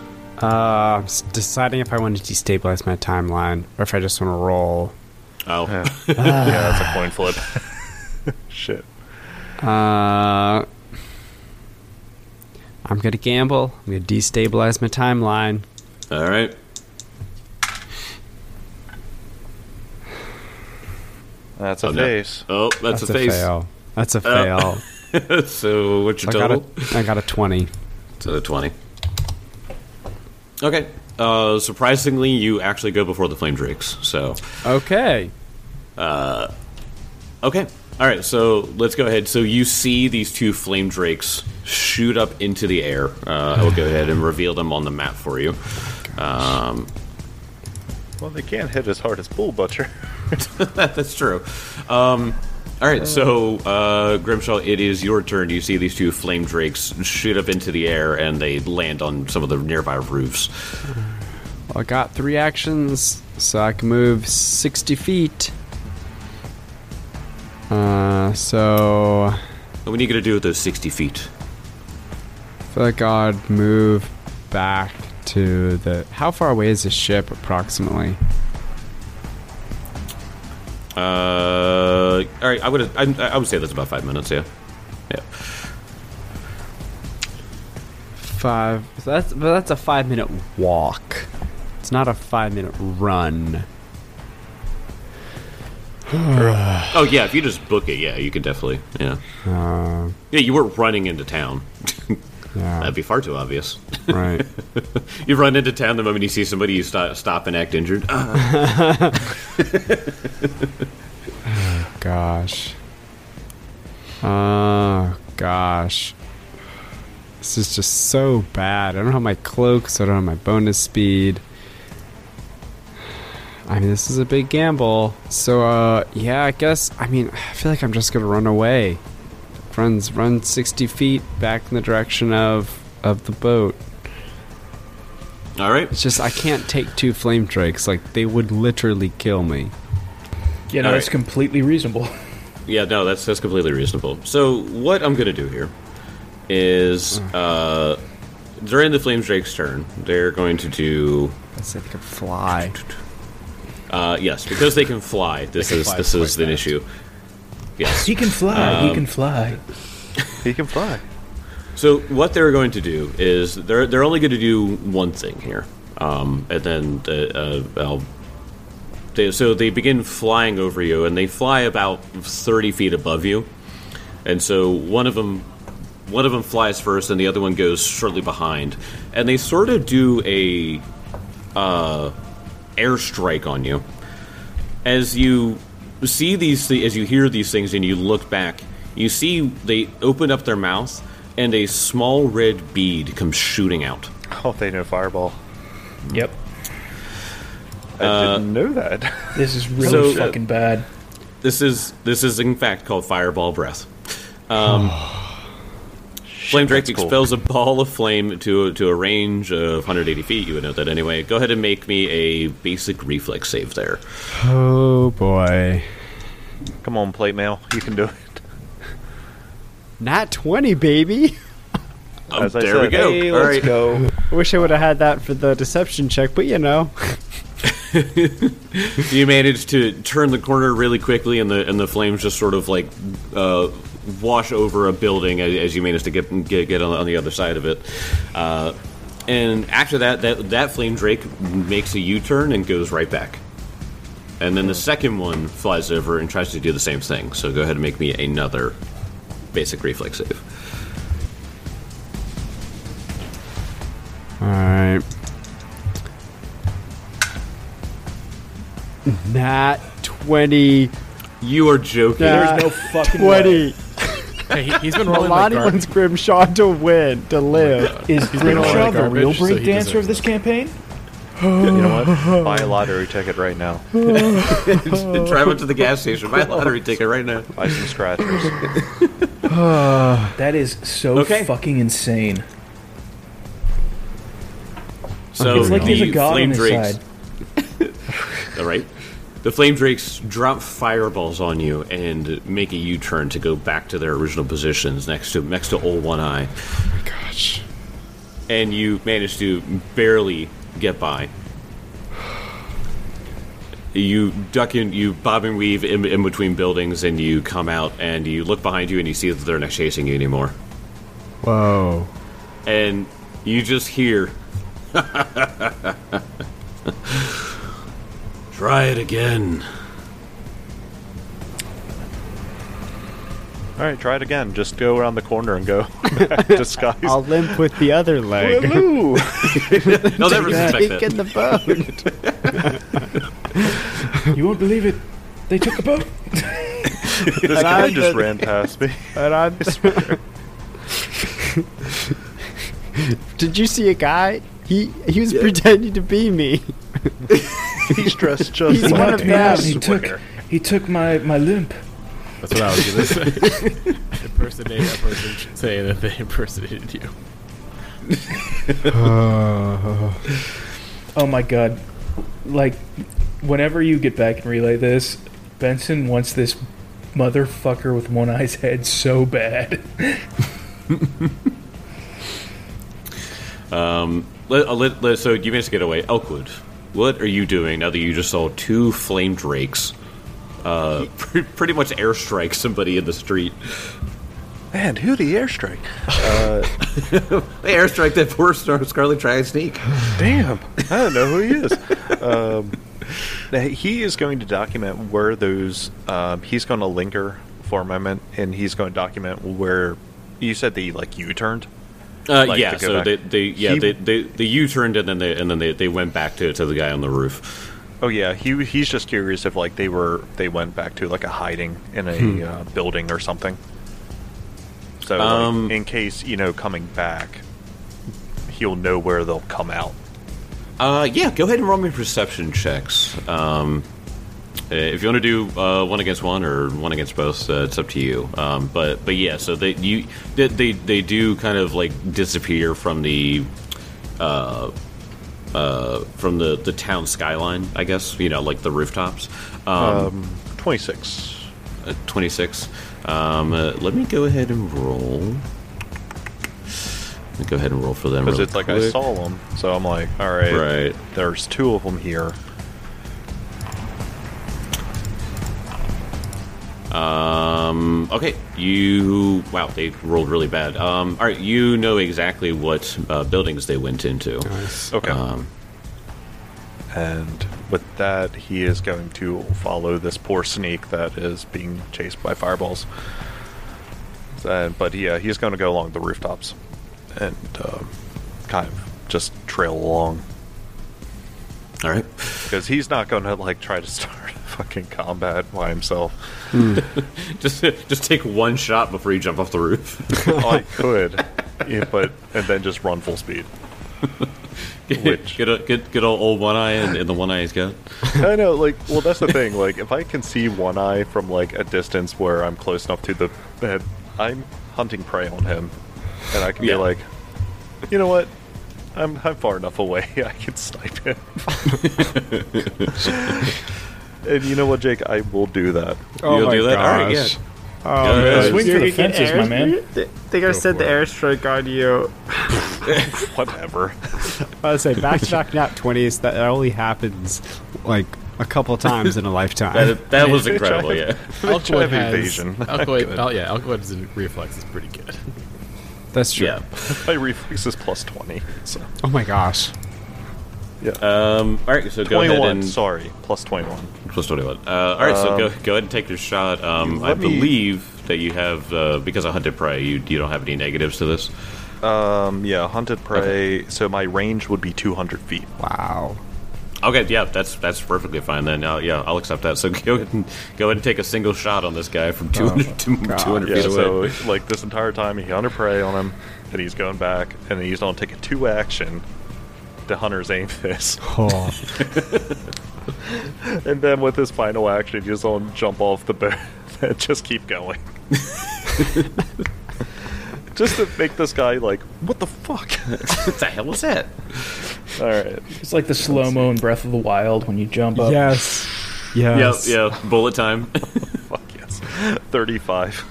[SPEAKER 2] Uh, I'm s- deciding if I want to destabilize my timeline or if I just want to roll.
[SPEAKER 1] Oh,
[SPEAKER 3] yeah, that's a coin flip. shit.
[SPEAKER 2] Uh, I'm gonna gamble. I'm gonna destabilize my timeline.
[SPEAKER 1] all right.
[SPEAKER 3] That's a
[SPEAKER 1] Oh, no.
[SPEAKER 3] face.
[SPEAKER 1] Oh, that's, a face.
[SPEAKER 2] fail. That's a
[SPEAKER 1] Uh,
[SPEAKER 2] fail.
[SPEAKER 1] so what's your
[SPEAKER 2] I got
[SPEAKER 1] total?
[SPEAKER 2] a, I got a twenty.
[SPEAKER 1] So the 20. Okay. Uh, surprisingly, you actually go before the Flame Drakes. So,
[SPEAKER 2] Okay.
[SPEAKER 1] okay. All right, so let's go ahead. So you see these two flame drakes shoot up into the air. Uh, I will go ahead and reveal them on the map for you. Um,
[SPEAKER 3] Well, they can't hit as hard as Bull Butcher.
[SPEAKER 1] that's true. Um, all right, so uh, Grimshaw, it is your turn. You see these two flame drakes shoot up into the air, and they land on some of the nearby roofs.
[SPEAKER 2] Well, I got three actions, so I can move 60 feet. Uh, so
[SPEAKER 1] And what are you going to do with those sixty feet?
[SPEAKER 2] I feel like I'd move back to the. How far away is the ship approximately?
[SPEAKER 1] Uh, all right, I would I, I would say that's about five minutes. Yeah, yeah.
[SPEAKER 2] Five. So that's but that's a five minute walk. It's not a five minute run.
[SPEAKER 1] Oh yeah, if you just book it, yeah, you could definitely. Yeah,
[SPEAKER 2] Uh,
[SPEAKER 1] yeah. You weren't running into town.
[SPEAKER 2] yeah.
[SPEAKER 1] That'd be far too obvious.
[SPEAKER 2] right.
[SPEAKER 1] you run into town the moment you see somebody, you stop, stop and act injured. Ah.
[SPEAKER 2] Gosh. Oh gosh. This is just so bad. I don't have my cloak, so I don't have my bonus speed. I mean, this is a big gamble. So, uh, yeah, I guess. I mean, I feel like I'm just gonna run away. Runs, run 60 feet back in the direction of of the boat.
[SPEAKER 1] All right.
[SPEAKER 2] It's just I can't take two flame drakes. Like they would literally kill me.
[SPEAKER 4] You know,
[SPEAKER 1] All
[SPEAKER 4] that's
[SPEAKER 1] right.
[SPEAKER 4] completely reasonable.
[SPEAKER 1] Yeah, no, that's that's completely reasonable. So what I'm gonna do here is uh, during the Flames Drake's turn, they're going to do
[SPEAKER 2] Let's say they could fly.
[SPEAKER 1] uh, yes because they can fly. This
[SPEAKER 5] can
[SPEAKER 1] is
[SPEAKER 5] fly
[SPEAKER 1] this
[SPEAKER 5] quite
[SPEAKER 1] is an
[SPEAKER 5] fast.
[SPEAKER 1] issue. Yes.
[SPEAKER 4] He can fly. he can fly.
[SPEAKER 3] He can fly.
[SPEAKER 1] So what they're going to do is they're they're only going to do one thing here, um, and then uh, uh, I'll. They, so they begin flying over you, and they fly about thirty feet above you, and so one of them, one of them flies first, and the other one goes shortly behind, and they sort of do a uh, airstrike on you. As you see these, thi- as you hear these things, and you look back, you see they open up their mouth, and a small red bead comes shooting out.
[SPEAKER 3] Oh, they know Fireball.
[SPEAKER 4] Yep.
[SPEAKER 3] I
[SPEAKER 1] Uh,
[SPEAKER 3] didn't know that.
[SPEAKER 4] This is really
[SPEAKER 1] So-
[SPEAKER 4] fucking bad.
[SPEAKER 1] This is this is in fact called fireball breath. Um, flame Drake
[SPEAKER 3] that's cool.
[SPEAKER 1] expels a ball of flame to to a range of 180 feet. You would know that anyway. Go ahead and make me a basic reflex save there.
[SPEAKER 2] Oh boy.
[SPEAKER 3] Come on, plate mail. You can do it.
[SPEAKER 2] Not 20, baby.
[SPEAKER 1] Oh,
[SPEAKER 3] As I
[SPEAKER 1] there we
[SPEAKER 3] said.
[SPEAKER 1] go.
[SPEAKER 3] Hey,
[SPEAKER 1] All right.
[SPEAKER 3] go.
[SPEAKER 2] Wish I would have had that for the deception check, but you know.
[SPEAKER 1] you manage to turn the corner really quickly, and the and the flames just sort of like uh, wash over a building as, as you manage to get get, get on, on the other side of it. Uh, and after that, that that flame drake makes a U turn and goes right back. And then the second one flies over and tries to do the same thing. So go ahead and make me another basic reflex save.
[SPEAKER 2] Alright. Nat 20.
[SPEAKER 1] You are joking.
[SPEAKER 2] Nat
[SPEAKER 4] There's no fucking
[SPEAKER 2] 20.
[SPEAKER 5] Hey, he, he's been rolling like
[SPEAKER 2] Milani
[SPEAKER 5] garbage.
[SPEAKER 2] wants Grimshaw to win, to live.
[SPEAKER 4] Is Grimshaw
[SPEAKER 5] rolling
[SPEAKER 4] the real
[SPEAKER 5] garbage, so he
[SPEAKER 4] break dancer of
[SPEAKER 5] deserves
[SPEAKER 4] this
[SPEAKER 5] it.
[SPEAKER 4] campaign?
[SPEAKER 3] You know what? Buy a lottery ticket right now.
[SPEAKER 1] Drive up to the gas station. Buy a lottery ticket right now.
[SPEAKER 3] Buy some scratchers.
[SPEAKER 4] That is so
[SPEAKER 1] Okay.
[SPEAKER 4] fucking insane.
[SPEAKER 1] So
[SPEAKER 4] It's like there's a
[SPEAKER 1] the
[SPEAKER 4] god on
[SPEAKER 1] flame
[SPEAKER 4] his
[SPEAKER 1] drakes.
[SPEAKER 4] side.
[SPEAKER 1] All right. The flame drakes drop fireballs on you and make a U-turn to go back to their original positions next to next to old one eye,
[SPEAKER 2] Gosh.
[SPEAKER 1] and you manage to barely get by. You duck in, you bob and weave in, in between buildings, and you come out and you look behind you and you see that they're not chasing you anymore,
[SPEAKER 2] Whoa.
[SPEAKER 1] and you just hear. Try it again.
[SPEAKER 3] All right, try it again. Just go around the corner and go disguise.
[SPEAKER 2] I'll limp with the other leg.
[SPEAKER 3] Ooh.
[SPEAKER 1] They'll never suspect that.
[SPEAKER 6] Peek in the boat.
[SPEAKER 4] You won't believe it. They took the boat.
[SPEAKER 3] This
[SPEAKER 2] And
[SPEAKER 3] guy
[SPEAKER 2] I
[SPEAKER 3] just
[SPEAKER 2] did-
[SPEAKER 3] ran past me.
[SPEAKER 2] And I Did you see a guy? He he was pretending to be me.
[SPEAKER 3] He's dressed just
[SPEAKER 2] He's
[SPEAKER 3] like
[SPEAKER 2] one of
[SPEAKER 3] me.
[SPEAKER 2] them.
[SPEAKER 4] He took, he took my, my limp.
[SPEAKER 5] That's what I was gonna say. Impersonate that person should say that they impersonated you.
[SPEAKER 4] Oh my god. Like, whenever you get back and relay this, Benson wants this motherfucker with one eye's head so bad.
[SPEAKER 1] Let, uh, let, let, so you managed to get away. Elkwood, what are you doing now that you just saw two flame drakes uh, pr- pretty much airstrike somebody in the street?
[SPEAKER 3] Man, who the airstrike?
[SPEAKER 1] They airstrike that poor Star- Scarlet Dragon Sneak.
[SPEAKER 3] Damn, I don't know who he is. um, now, he is going to document where those. Um, he's going to linger for a moment, and he's going to document where you said they like U turned.
[SPEAKER 1] Uh,
[SPEAKER 3] Like,
[SPEAKER 1] yeah,
[SPEAKER 3] to go
[SPEAKER 1] so
[SPEAKER 3] back.
[SPEAKER 1] they, they yeah
[SPEAKER 3] He-
[SPEAKER 1] they, they, they U turned and then they and then they, they went back to, to the guy on the roof.
[SPEAKER 3] Oh yeah, he he's just curious if like they were they went back to like a hiding in a
[SPEAKER 1] Hmm.
[SPEAKER 3] uh, building or something. So like,
[SPEAKER 1] Um,
[SPEAKER 3] in case you know coming back, he'll know where they'll come out.
[SPEAKER 1] Uh, yeah, go ahead and roll me perception checks. Um, uh, if you want to do uh, one against one or one against both, uh, it's up to you. Um, but but yeah, so they you they, they they do kind of like disappear from the uh, uh, from the the town skyline, I guess. You know, like the rooftops. Um,
[SPEAKER 3] Twenty six.
[SPEAKER 1] uh, 26. Um, uh, let me go ahead and roll. Let me go ahead and roll for them.
[SPEAKER 3] Because
[SPEAKER 1] really
[SPEAKER 3] it's like I
[SPEAKER 1] quick.
[SPEAKER 3] saw them, so I'm like, all right,
[SPEAKER 1] Right.
[SPEAKER 3] There's two of them here.
[SPEAKER 1] Um, okay, you. Wow, they rolled really bad. Um, all right, you know exactly what uh, buildings they went into.
[SPEAKER 3] Okay.
[SPEAKER 1] Um,
[SPEAKER 3] and with that, he is going to follow this poor sneak that is being chased by fireballs. Uh, but yeah, he's going to go along the rooftops and um, kind of just trail along
[SPEAKER 1] all right.
[SPEAKER 3] because he's not going to like try to start a fucking combat by himself.
[SPEAKER 1] Just just take one shot before you jump off the roof.
[SPEAKER 3] I could, yeah, but and then just run full speed. Which-
[SPEAKER 1] get, a, get, get old, old one eye and, and the one eye he's got.
[SPEAKER 3] I know, like, well, that's the thing. Like, if I can see one eye from like a distance where I'm close enough to the head, I'm hunting prey on him, and I can
[SPEAKER 1] Yeah.
[SPEAKER 3] be like, you know what? I'm I'm far enough away. I can snipe him. and you know what, Jake? I will do that.
[SPEAKER 2] Oh
[SPEAKER 1] You'll
[SPEAKER 2] my
[SPEAKER 1] do that? All right,
[SPEAKER 2] gosh.
[SPEAKER 1] yeah.
[SPEAKER 2] Oh,
[SPEAKER 1] Yeah,
[SPEAKER 2] man.
[SPEAKER 1] swing
[SPEAKER 4] for the fences, my man.
[SPEAKER 7] They, they gotta
[SPEAKER 5] Go
[SPEAKER 7] set
[SPEAKER 5] for
[SPEAKER 7] the
[SPEAKER 5] it.
[SPEAKER 7] airstrike on you.
[SPEAKER 2] I
[SPEAKER 3] Whatever.
[SPEAKER 2] was gonna say back to back nat twenties. That that only happens like a couple times in a lifetime.
[SPEAKER 1] That, that was incredible. Yeah.
[SPEAKER 5] Alcoid
[SPEAKER 3] have
[SPEAKER 5] has
[SPEAKER 3] evasion.
[SPEAKER 5] Alcoid, oh, yeah, Alcoid's reflex is pretty good.
[SPEAKER 2] That's true.
[SPEAKER 1] Yeah.
[SPEAKER 3] My reflex is plus twenty. So
[SPEAKER 2] Oh my gosh.
[SPEAKER 1] Um, all right. So go
[SPEAKER 3] twenty
[SPEAKER 1] ahead
[SPEAKER 3] one.
[SPEAKER 1] and
[SPEAKER 3] Sorry, plus twenty one.
[SPEAKER 1] Plus 21. Uh, all right, so go, go ahead and take your shot. Um, I
[SPEAKER 3] let me-
[SPEAKER 1] believe that you have, uh, because I hunted prey, you, you don't have any negatives to this.
[SPEAKER 3] Um, yeah, hunted prey. So my range would be two hundred feet.
[SPEAKER 2] Wow.
[SPEAKER 1] Okay, yeah, that's that's perfectly fine then. Uh, yeah, I'll accept that. So go ahead and go ahead and take a single shot on this guy from 200 to 200
[SPEAKER 3] Yeah,
[SPEAKER 1] feet away.
[SPEAKER 3] so like this entire time he hunter prey on him, and he's going back, and he's gonna take a two action to hunter's aim this,
[SPEAKER 2] Oh.
[SPEAKER 3] and then with his final action, he's gonna jump off the boat and just keep going, just to make this guy like, what the fuck?
[SPEAKER 1] what the hell was that?
[SPEAKER 3] All right,
[SPEAKER 4] It's like the slow mo in Breath of the Wild when you jump up.
[SPEAKER 2] yes. Yes.
[SPEAKER 1] Yeah, yeah, bullet time.
[SPEAKER 3] fuck yes, thirty-five.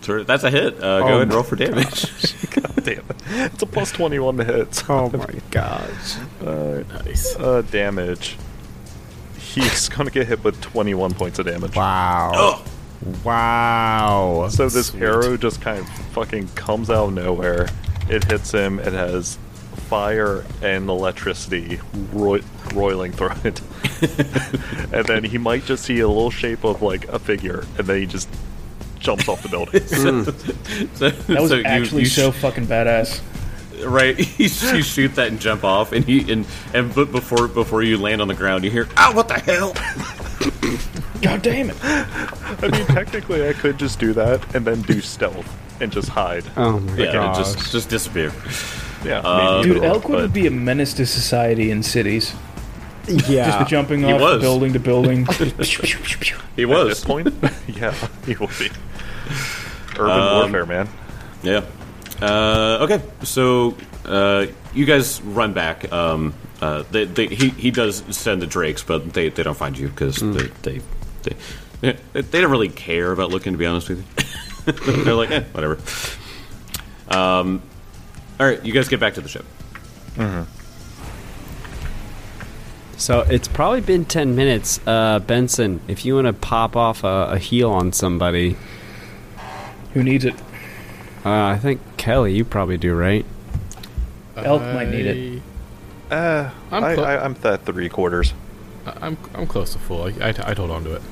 [SPEAKER 1] Sure, that's a hit. Uh, go
[SPEAKER 2] Oh
[SPEAKER 1] ahead and
[SPEAKER 2] my
[SPEAKER 1] roll for damage.
[SPEAKER 3] God Oh, damn it, it's a plus twenty-one to hit. so-
[SPEAKER 2] Oh my gosh.
[SPEAKER 5] Nice.
[SPEAKER 3] Uh, damage. He's gonna get hit with twenty-one points of damage.
[SPEAKER 2] Wow.
[SPEAKER 1] Oh.
[SPEAKER 2] Wow.
[SPEAKER 3] So this
[SPEAKER 5] Sweet.
[SPEAKER 3] arrow just kind of fucking comes out of nowhere. It hits him. It has fire and electricity roi- roiling through it. and then he might just see a little shape of like a figure, and then he just jumps off the building.
[SPEAKER 1] So,
[SPEAKER 4] That was
[SPEAKER 1] so you-
[SPEAKER 4] actually
[SPEAKER 1] you
[SPEAKER 4] so fucking badass.
[SPEAKER 1] Right, you, you shoot that and jump off, and he and and but before before you land on the ground, you hear, "Ah, what the hell!"
[SPEAKER 4] God damn it!
[SPEAKER 3] I mean, technically, I could just do that and then do stealth and just hide.
[SPEAKER 2] Oh
[SPEAKER 5] Um,
[SPEAKER 2] my
[SPEAKER 1] Yeah,
[SPEAKER 2] gosh.
[SPEAKER 1] just just disappear.
[SPEAKER 3] yeah, I mean,
[SPEAKER 4] Uh, Dude,
[SPEAKER 3] either or,
[SPEAKER 4] Elkwood would
[SPEAKER 3] but-
[SPEAKER 4] be a menace to society in cities.
[SPEAKER 2] yeah.
[SPEAKER 4] Just jumping
[SPEAKER 1] He
[SPEAKER 4] off
[SPEAKER 1] was.
[SPEAKER 4] building to building.
[SPEAKER 1] He
[SPEAKER 3] at this
[SPEAKER 1] was.
[SPEAKER 3] point. yeah, he will be. Urban warfare, man.
[SPEAKER 1] Yeah. Uh, okay, so uh, you guys run back. Um, uh, they, they, he, he does send the drakes, but they, they don't find you because they, they, they, they don't really care about looking, to be honest with you. They're like, eh, whatever. Um, all right, you guys get back to the ship.
[SPEAKER 2] So it's probably been 10 minutes. Uh, Benson, if you want to pop off a, a heel on somebody,
[SPEAKER 4] Who needs it?
[SPEAKER 2] uh, I think Kelly, you probably do, right?
[SPEAKER 4] Elk might need it.
[SPEAKER 3] Uh,
[SPEAKER 5] I'm
[SPEAKER 3] I,
[SPEAKER 5] clo-
[SPEAKER 3] I, I'm that three quarters.
[SPEAKER 5] I- I'm I'm close to full. I, I, I told on to it.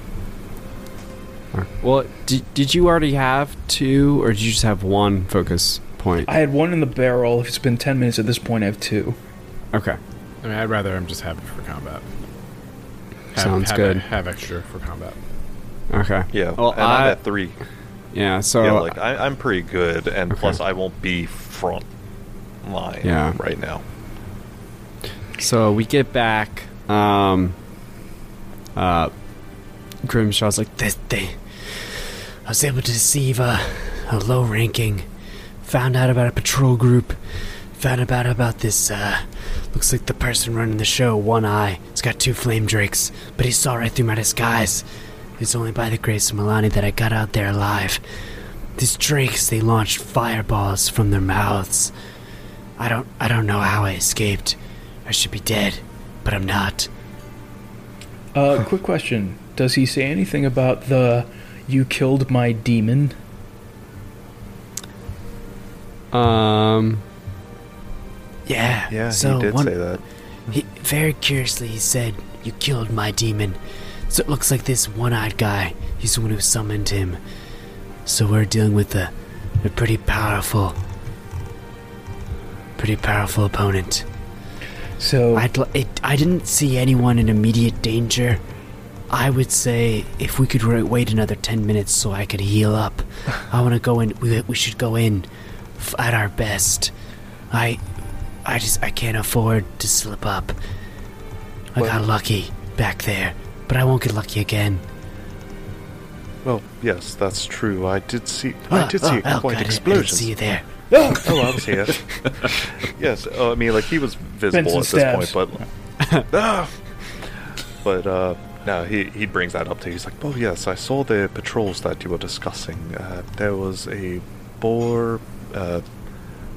[SPEAKER 2] Well, did, did you already have two, or did you just have one focus point?
[SPEAKER 4] I had one in the barrel. If it's been ten minutes at this point, I have two.
[SPEAKER 2] okay.
[SPEAKER 5] I mean, I'd rather I'm just have it for combat. Have,
[SPEAKER 2] Sounds
[SPEAKER 5] have,
[SPEAKER 2] good.
[SPEAKER 5] Have extra for combat.
[SPEAKER 2] Okay.
[SPEAKER 3] Yeah,
[SPEAKER 2] Well,
[SPEAKER 3] and I, am
[SPEAKER 2] I-
[SPEAKER 3] at three.
[SPEAKER 2] Yeah, so.
[SPEAKER 3] yeah, like I, I'm pretty good, and
[SPEAKER 2] Okay.
[SPEAKER 3] plus I won't be front line
[SPEAKER 2] Yeah.
[SPEAKER 3] right now.
[SPEAKER 2] So we get back. Um, uh, Grimshaw's like,
[SPEAKER 6] This they I was able to deceive a, a low ranking. Found out about a patrol group. Found out about this uh looks like the person running the show, one eye. It's got two flame drakes, but he saw right through my disguise. It's only by the grace of Milani that I got out there alive. These drakes they launched fireballs from their mouths. I don't I don't know how I escaped. I should be dead, but I'm not.
[SPEAKER 4] Uh, quick question: Does he say anything about the "you killed my demon"?
[SPEAKER 2] um,
[SPEAKER 6] Yeah.
[SPEAKER 3] Yeah,
[SPEAKER 6] so
[SPEAKER 3] he did
[SPEAKER 6] one,
[SPEAKER 3] say that.
[SPEAKER 6] He, very curiously, he said, You killed my demon. So it looks like this one eyed guy, he's the one who summoned him. So we're dealing with a, a pretty powerful, pretty powerful opponent.
[SPEAKER 4] So
[SPEAKER 6] I'd li- it, I didn't see anyone in immediate danger. I would say if we could ri- wait another 10 minutes so I could heal up. I want to go in. We, we should go in f- at our best. I I just I can't afford to slip up. I got lucky back there, but I won't get lucky again.
[SPEAKER 3] Well, yes, that's true. I did see. I
[SPEAKER 6] Ah,
[SPEAKER 3] did
[SPEAKER 6] ah,
[SPEAKER 3] see
[SPEAKER 6] Elk,
[SPEAKER 3] quite
[SPEAKER 6] I didn't- I didn't
[SPEAKER 3] explosions.
[SPEAKER 6] see you there.
[SPEAKER 3] Oh, I was here. yes, oh, I mean, like he was visible
[SPEAKER 4] Benson
[SPEAKER 3] at this
[SPEAKER 4] stabs.
[SPEAKER 3] point, but Ah! but uh, no, he he brings that up too. He's like, "Oh yes, I saw the patrols that you were discussing. Uh, there was a boar. Uh,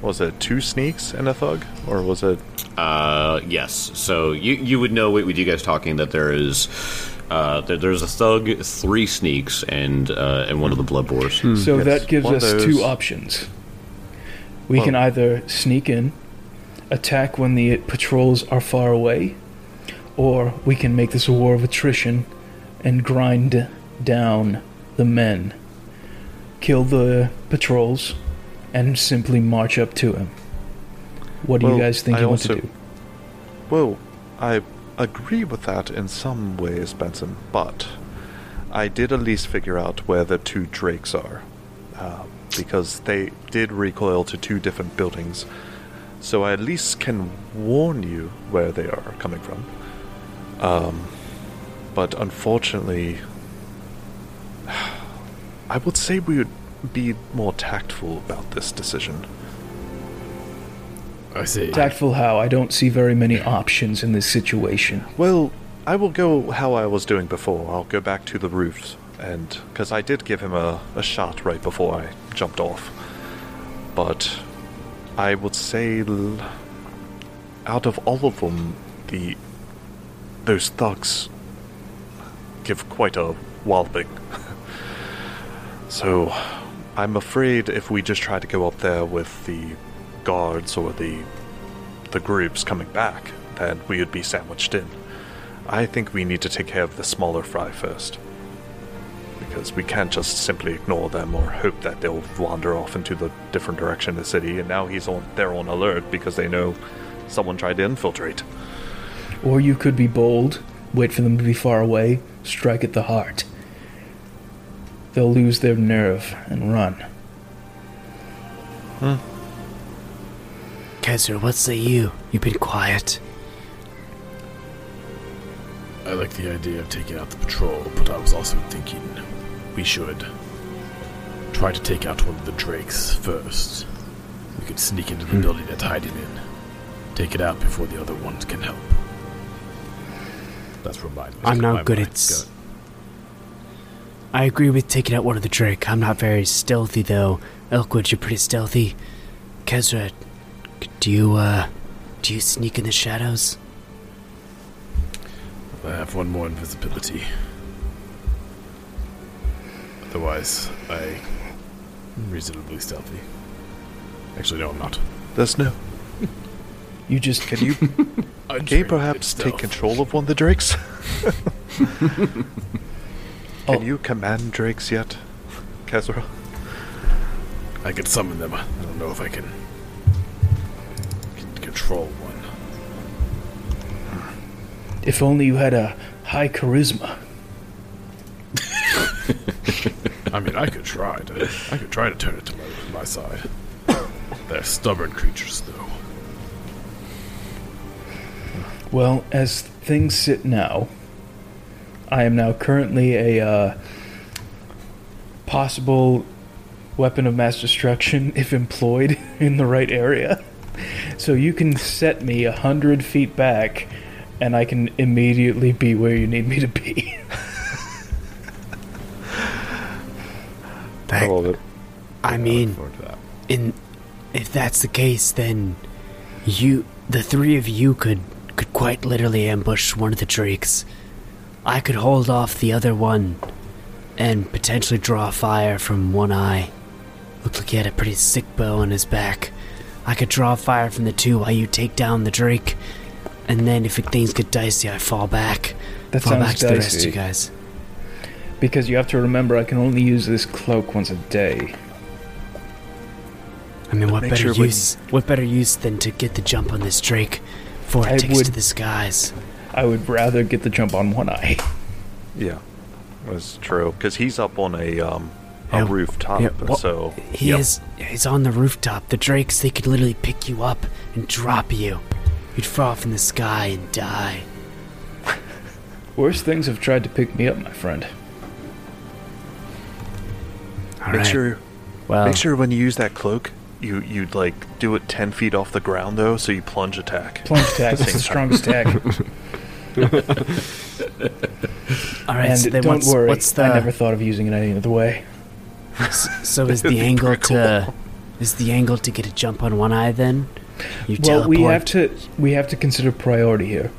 [SPEAKER 3] was it two sneaks and a thug, or was it?
[SPEAKER 1] Uh, yes. So you you would know with you guys talking that there is uh, that there's a thug, three sneaks, and uh, and one of the blood boars.
[SPEAKER 4] So
[SPEAKER 3] Hmm. Yes,
[SPEAKER 4] that gives
[SPEAKER 3] one of
[SPEAKER 4] us
[SPEAKER 3] those-
[SPEAKER 4] two options. We can
[SPEAKER 3] Well-
[SPEAKER 4] either sneak in, attack when the patrols are far away, or we can make this a war of attrition and grind down the men, kill the patrols, and simply march up to him. What do
[SPEAKER 3] Well,
[SPEAKER 4] you guys think
[SPEAKER 3] I
[SPEAKER 4] you
[SPEAKER 3] also-
[SPEAKER 4] want to do?
[SPEAKER 3] Well, I agree with that in some ways, Benson, but I did at least figure out where the two drakes are. Uh, because they did recoil to two different buildings. So I at least can warn you where they are coming from. Um, but unfortunately, I would say we would be more tactful about this decision.
[SPEAKER 5] I see.
[SPEAKER 4] Tactful how? I don't see very many options in this situation.
[SPEAKER 3] Well, I will go how I was doing before. I'll go back to the roofs, and because I did give him a, a shot right before I jumped off. But I would say, l- out of all of them, the those thugs give quite a walloping. so I'm afraid if we just try to go up there with the guards or the the groups coming back, then we would be sandwiched in. I think we need to take care of the smaller fry first. Because we can't just simply ignore them or hope that they'll wander off into the different direction of the city, and now he's on they're on alert because they know someone tried to infiltrate.
[SPEAKER 4] Or you could be bold, wait for them to be far away, strike at the heart. They'll lose their nerve and run.
[SPEAKER 6] Kezra, what say you? You've been quiet.
[SPEAKER 5] I like the idea of taking out the patrol, but I was also thinking we should try to take out one of the drakes first. We could sneak into the
[SPEAKER 6] Hmm.
[SPEAKER 5] building that's hiding in, take it out before the other ones can help. That's where my
[SPEAKER 6] I'm not
[SPEAKER 5] my
[SPEAKER 6] good
[SPEAKER 5] mind
[SPEAKER 6] at s- I agree with taking out one of the Drake. I'm not very stealthy, though. Elkwood, you're pretty stealthy. Kezra, c- do you, uh, do you sneak in the shadows?
[SPEAKER 5] I have one more invisibility. Otherwise, I am reasonably stealthy. Actually, no, I'm not.
[SPEAKER 3] There's no.
[SPEAKER 4] You just
[SPEAKER 3] Can you, can you perhaps take control of one of the drakes? Can
[SPEAKER 4] Oh.
[SPEAKER 3] you command drakes yet, Kezra?
[SPEAKER 5] I can summon them. I don't know if I can, can control one.
[SPEAKER 4] If only you had a high charisma.
[SPEAKER 5] I mean, I could try to. I could try to turn it to my, my side. They're stubborn creatures, though.
[SPEAKER 4] Well, as things sit now, I am now currently a uh, possible weapon of mass destruction if employed in the right area. So you can set me a hundred feet back, and I can immediately be where you need me to be.
[SPEAKER 6] Thank-
[SPEAKER 3] it.
[SPEAKER 6] I mean,
[SPEAKER 5] forward to that.
[SPEAKER 6] in if that's the case, then you, the three of you, could could quite literally ambush one of the Drakes. I could hold off the other one, and potentially draw fire from one eye. Looked like he had a pretty sick bow on his back. I could draw fire from the two while you take down the Drake, and then if things get dicey, I fall back.
[SPEAKER 4] That
[SPEAKER 6] fall back
[SPEAKER 4] sounds
[SPEAKER 6] to the rest of
[SPEAKER 4] dicey.
[SPEAKER 6] you guys.
[SPEAKER 4] Because you have to remember, I can only use this cloak once a day.
[SPEAKER 6] I mean, what
[SPEAKER 3] make
[SPEAKER 6] better
[SPEAKER 3] sure when-
[SPEAKER 6] use? What better use than to get the jump on this Drake before it
[SPEAKER 4] I
[SPEAKER 6] takes
[SPEAKER 4] would-
[SPEAKER 6] to the skies?
[SPEAKER 4] I would rather get the jump on one eye.
[SPEAKER 3] Yeah, that's true. Because he's up on a um a
[SPEAKER 6] Yeah.
[SPEAKER 3] rooftop,
[SPEAKER 6] Yeah, well,
[SPEAKER 3] so
[SPEAKER 6] He
[SPEAKER 3] Yep.
[SPEAKER 6] is. He's on the rooftop. The drakes, they could literally pick you up and drop you. You'd fall from the sky and die.
[SPEAKER 4] Worse things have tried to pick me up, my friend.
[SPEAKER 6] All right.
[SPEAKER 3] make sure
[SPEAKER 6] Well,
[SPEAKER 3] make sure when you use that cloak, you you'd like do it ten feet off the ground though, so you plunge attack.
[SPEAKER 4] Plunge tag is the strongest tag.
[SPEAKER 6] all right.
[SPEAKER 4] And
[SPEAKER 6] so then
[SPEAKER 4] don't
[SPEAKER 6] what's,
[SPEAKER 4] worry,
[SPEAKER 6] what's the?
[SPEAKER 4] I never thought of using it any other way.
[SPEAKER 6] s- so is the angle to? Is the angle to get a jump on one eye? Then you
[SPEAKER 4] well,
[SPEAKER 6] teleport.
[SPEAKER 4] we have to we have to consider priority here.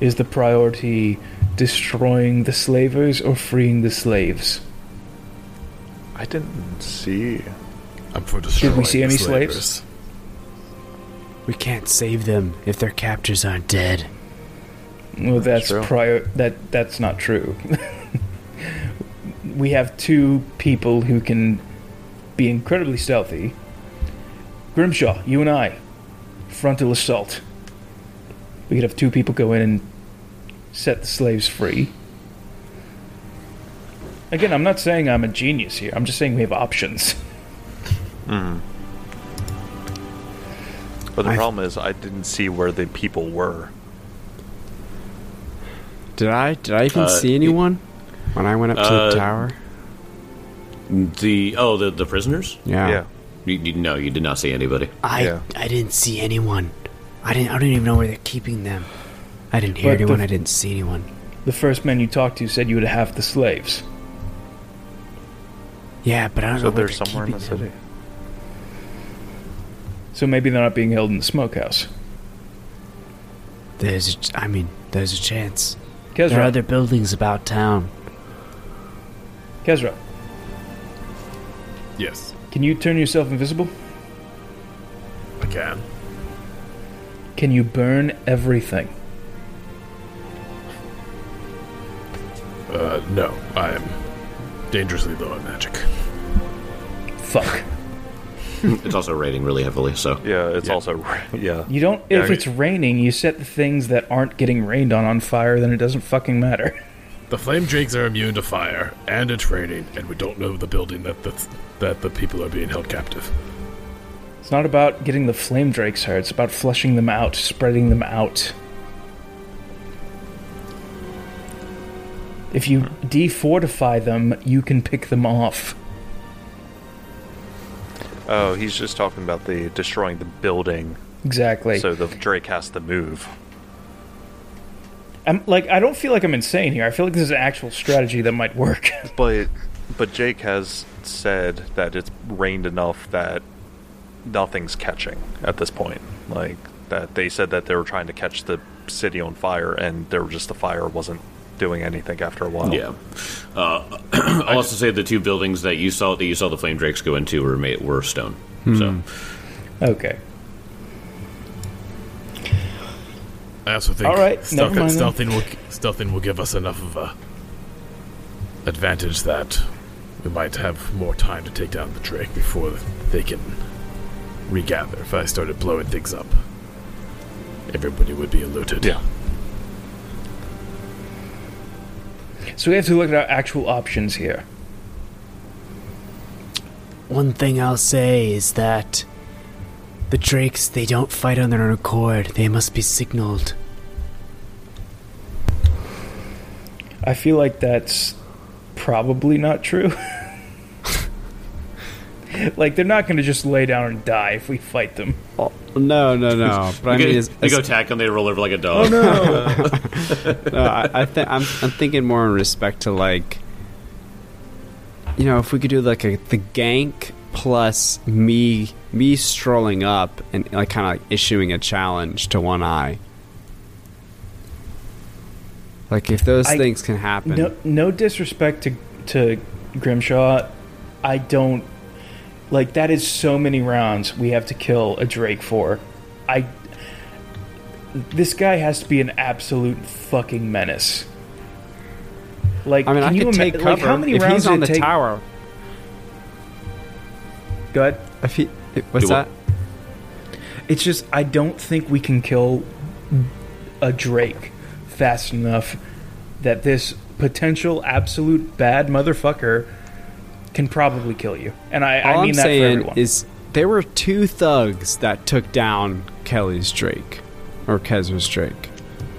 [SPEAKER 4] Is the priority destroying the slavers or freeing the slaves?
[SPEAKER 3] I didn't see.
[SPEAKER 5] I'm for destroying
[SPEAKER 4] we see
[SPEAKER 5] the
[SPEAKER 4] any slaves?
[SPEAKER 5] slavers.
[SPEAKER 6] We can't save them if their captors aren't dead.
[SPEAKER 4] Well, that's
[SPEAKER 3] true.
[SPEAKER 4] prior. That that's not true. we have two people who can be incredibly stealthy. Grimshaw, you and I, frontal assault. We could have two people go in and set the slaves free. Again, I'm not saying I'm a genius here. I'm just saying we have options.
[SPEAKER 3] But the
[SPEAKER 6] I-
[SPEAKER 3] problem is, I didn't see where the people were.
[SPEAKER 2] Did I? Did I even
[SPEAKER 1] Uh,
[SPEAKER 2] see anyone when I went up to
[SPEAKER 1] uh,
[SPEAKER 2] the tower?
[SPEAKER 1] The oh, the the prisoners.
[SPEAKER 6] Oh.
[SPEAKER 2] Yeah.
[SPEAKER 3] Yeah,
[SPEAKER 1] You, you, no, you did not see anybody.
[SPEAKER 2] Ah.
[SPEAKER 6] I
[SPEAKER 3] Yeah.
[SPEAKER 6] I didn't see anyone. I didn't. I don't even know where they're keeping them. I didn't hear
[SPEAKER 4] But the-
[SPEAKER 6] anyone. I didn't see anyone.
[SPEAKER 4] The first man you talked to said you would have the slaves.
[SPEAKER 6] Yeah, but I don't
[SPEAKER 3] so
[SPEAKER 6] know where
[SPEAKER 3] they're somewhere in the
[SPEAKER 6] keeping them.
[SPEAKER 3] city.
[SPEAKER 4] So maybe they're not being held in the smokehouse.
[SPEAKER 6] There's, a ch- I mean, there's a chance. There are
[SPEAKER 4] Kezra,
[SPEAKER 6] other buildings about town.
[SPEAKER 4] Kezra,
[SPEAKER 5] Yes,
[SPEAKER 4] can you turn yourself invisible?
[SPEAKER 5] I can.
[SPEAKER 4] Can you burn everything?
[SPEAKER 5] Uh, no, I am dangerously low on magic.
[SPEAKER 4] Fuck.
[SPEAKER 1] it's also raining really heavily, so
[SPEAKER 3] Yeah, it's
[SPEAKER 5] Yeah.
[SPEAKER 3] also yeah.
[SPEAKER 4] You don't.
[SPEAKER 3] Yeah,
[SPEAKER 4] if
[SPEAKER 3] I-
[SPEAKER 4] it's raining, you set the things that aren't getting rained on on fire, then it doesn't fucking matter.
[SPEAKER 5] The flame drakes are immune to fire and to training, and we don't know the building that the, that the people are being held captive.
[SPEAKER 4] It's not about getting the flame drakes hurt. It's about flushing them out, spreading them out. If you
[SPEAKER 3] Hmm.
[SPEAKER 4] defortify them, you can pick them off.
[SPEAKER 3] Oh, he's just talking about the destroying the building,
[SPEAKER 4] Exactly.
[SPEAKER 3] so the Drake has to move.
[SPEAKER 4] I'm like I don't feel like I'm insane here. I feel like this is an actual strategy that might work.
[SPEAKER 3] But but Jake has said that it's rained enough that nothing's catching at this point. Like that they said that they were trying to catch the city on fire, and there were just the fire wasn't doing anything after a while.
[SPEAKER 1] Yeah. Uh, I'll also say the two buildings that you saw that you saw the flame drakes go into were made, were stone.
[SPEAKER 2] Hmm.
[SPEAKER 1] So
[SPEAKER 4] okay.
[SPEAKER 5] I also think
[SPEAKER 4] All right, never mind then.
[SPEAKER 5] stealthing, will, stealthing will give us enough of a advantage that we might have more time to take down the Drake before they can regather. If I started blowing things up, everybody would be eluded.
[SPEAKER 3] Yeah.
[SPEAKER 4] So we have to look at our actual options here.
[SPEAKER 6] One thing I'll say is that the drakes, they don't fight on their own accord. They must be signaled.
[SPEAKER 4] I feel like that's probably not true. like they're not going to just lay down and die if we fight them.
[SPEAKER 2] Oh, no, no, no. But I
[SPEAKER 1] you,
[SPEAKER 2] mean, Oh,
[SPEAKER 1] go,
[SPEAKER 2] is,
[SPEAKER 1] you go attack them, they roll over like a dog.
[SPEAKER 2] no, I, I think I'm, I'm thinking more in respect to like, you know, if we could do like a the gank plus me me strolling up and like kind of like issuing a challenge to one eye. Like if those
[SPEAKER 4] I-
[SPEAKER 2] things can happen,
[SPEAKER 4] No, no disrespect to to Grimshaw. I don't like that. Is so many rounds we have to kill a Drake for. I this guy has to be an absolute fucking menace. Like,
[SPEAKER 2] I mean,
[SPEAKER 4] can
[SPEAKER 2] I
[SPEAKER 4] you
[SPEAKER 2] could
[SPEAKER 4] ima-
[SPEAKER 2] take cover
[SPEAKER 4] like, how many
[SPEAKER 2] if
[SPEAKER 4] rounds
[SPEAKER 2] he's
[SPEAKER 4] did
[SPEAKER 2] on
[SPEAKER 4] it
[SPEAKER 2] the
[SPEAKER 4] take?
[SPEAKER 2] tower.
[SPEAKER 4] Go ahead.
[SPEAKER 2] If he, what's
[SPEAKER 1] Do what?
[SPEAKER 2] that?
[SPEAKER 4] It's just I don't think we can kill a Drake fast enough that this potential absolute bad motherfucker can probably kill you. And I,
[SPEAKER 2] All
[SPEAKER 4] I mean
[SPEAKER 2] am
[SPEAKER 4] that for
[SPEAKER 2] saying
[SPEAKER 4] everyone.
[SPEAKER 2] is there were two thugs that took down Kelly's Drake or Kezra's Drake.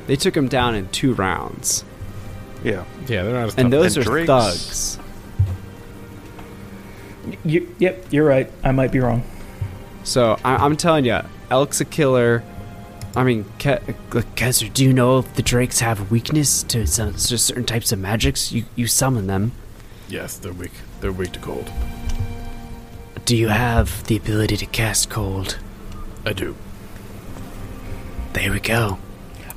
[SPEAKER 2] They took him down in two rounds,
[SPEAKER 3] Yeah.
[SPEAKER 5] yeah, they're not. As
[SPEAKER 2] and
[SPEAKER 5] tough-
[SPEAKER 2] those
[SPEAKER 3] And
[SPEAKER 2] are
[SPEAKER 3] Drake's-
[SPEAKER 2] thugs.
[SPEAKER 4] You, yep, you're right. I might be wrong.
[SPEAKER 2] So I, I'm telling you, Elk's a killer. I mean, Ke-
[SPEAKER 6] Look, Kezer, do you know if the drakes have weakness to, some, to certain types of magics? You, you summon them.
[SPEAKER 5] yes, they're weak. They're weak to cold.
[SPEAKER 6] Do you have the ability to cast cold?
[SPEAKER 5] I do.
[SPEAKER 6] There we go.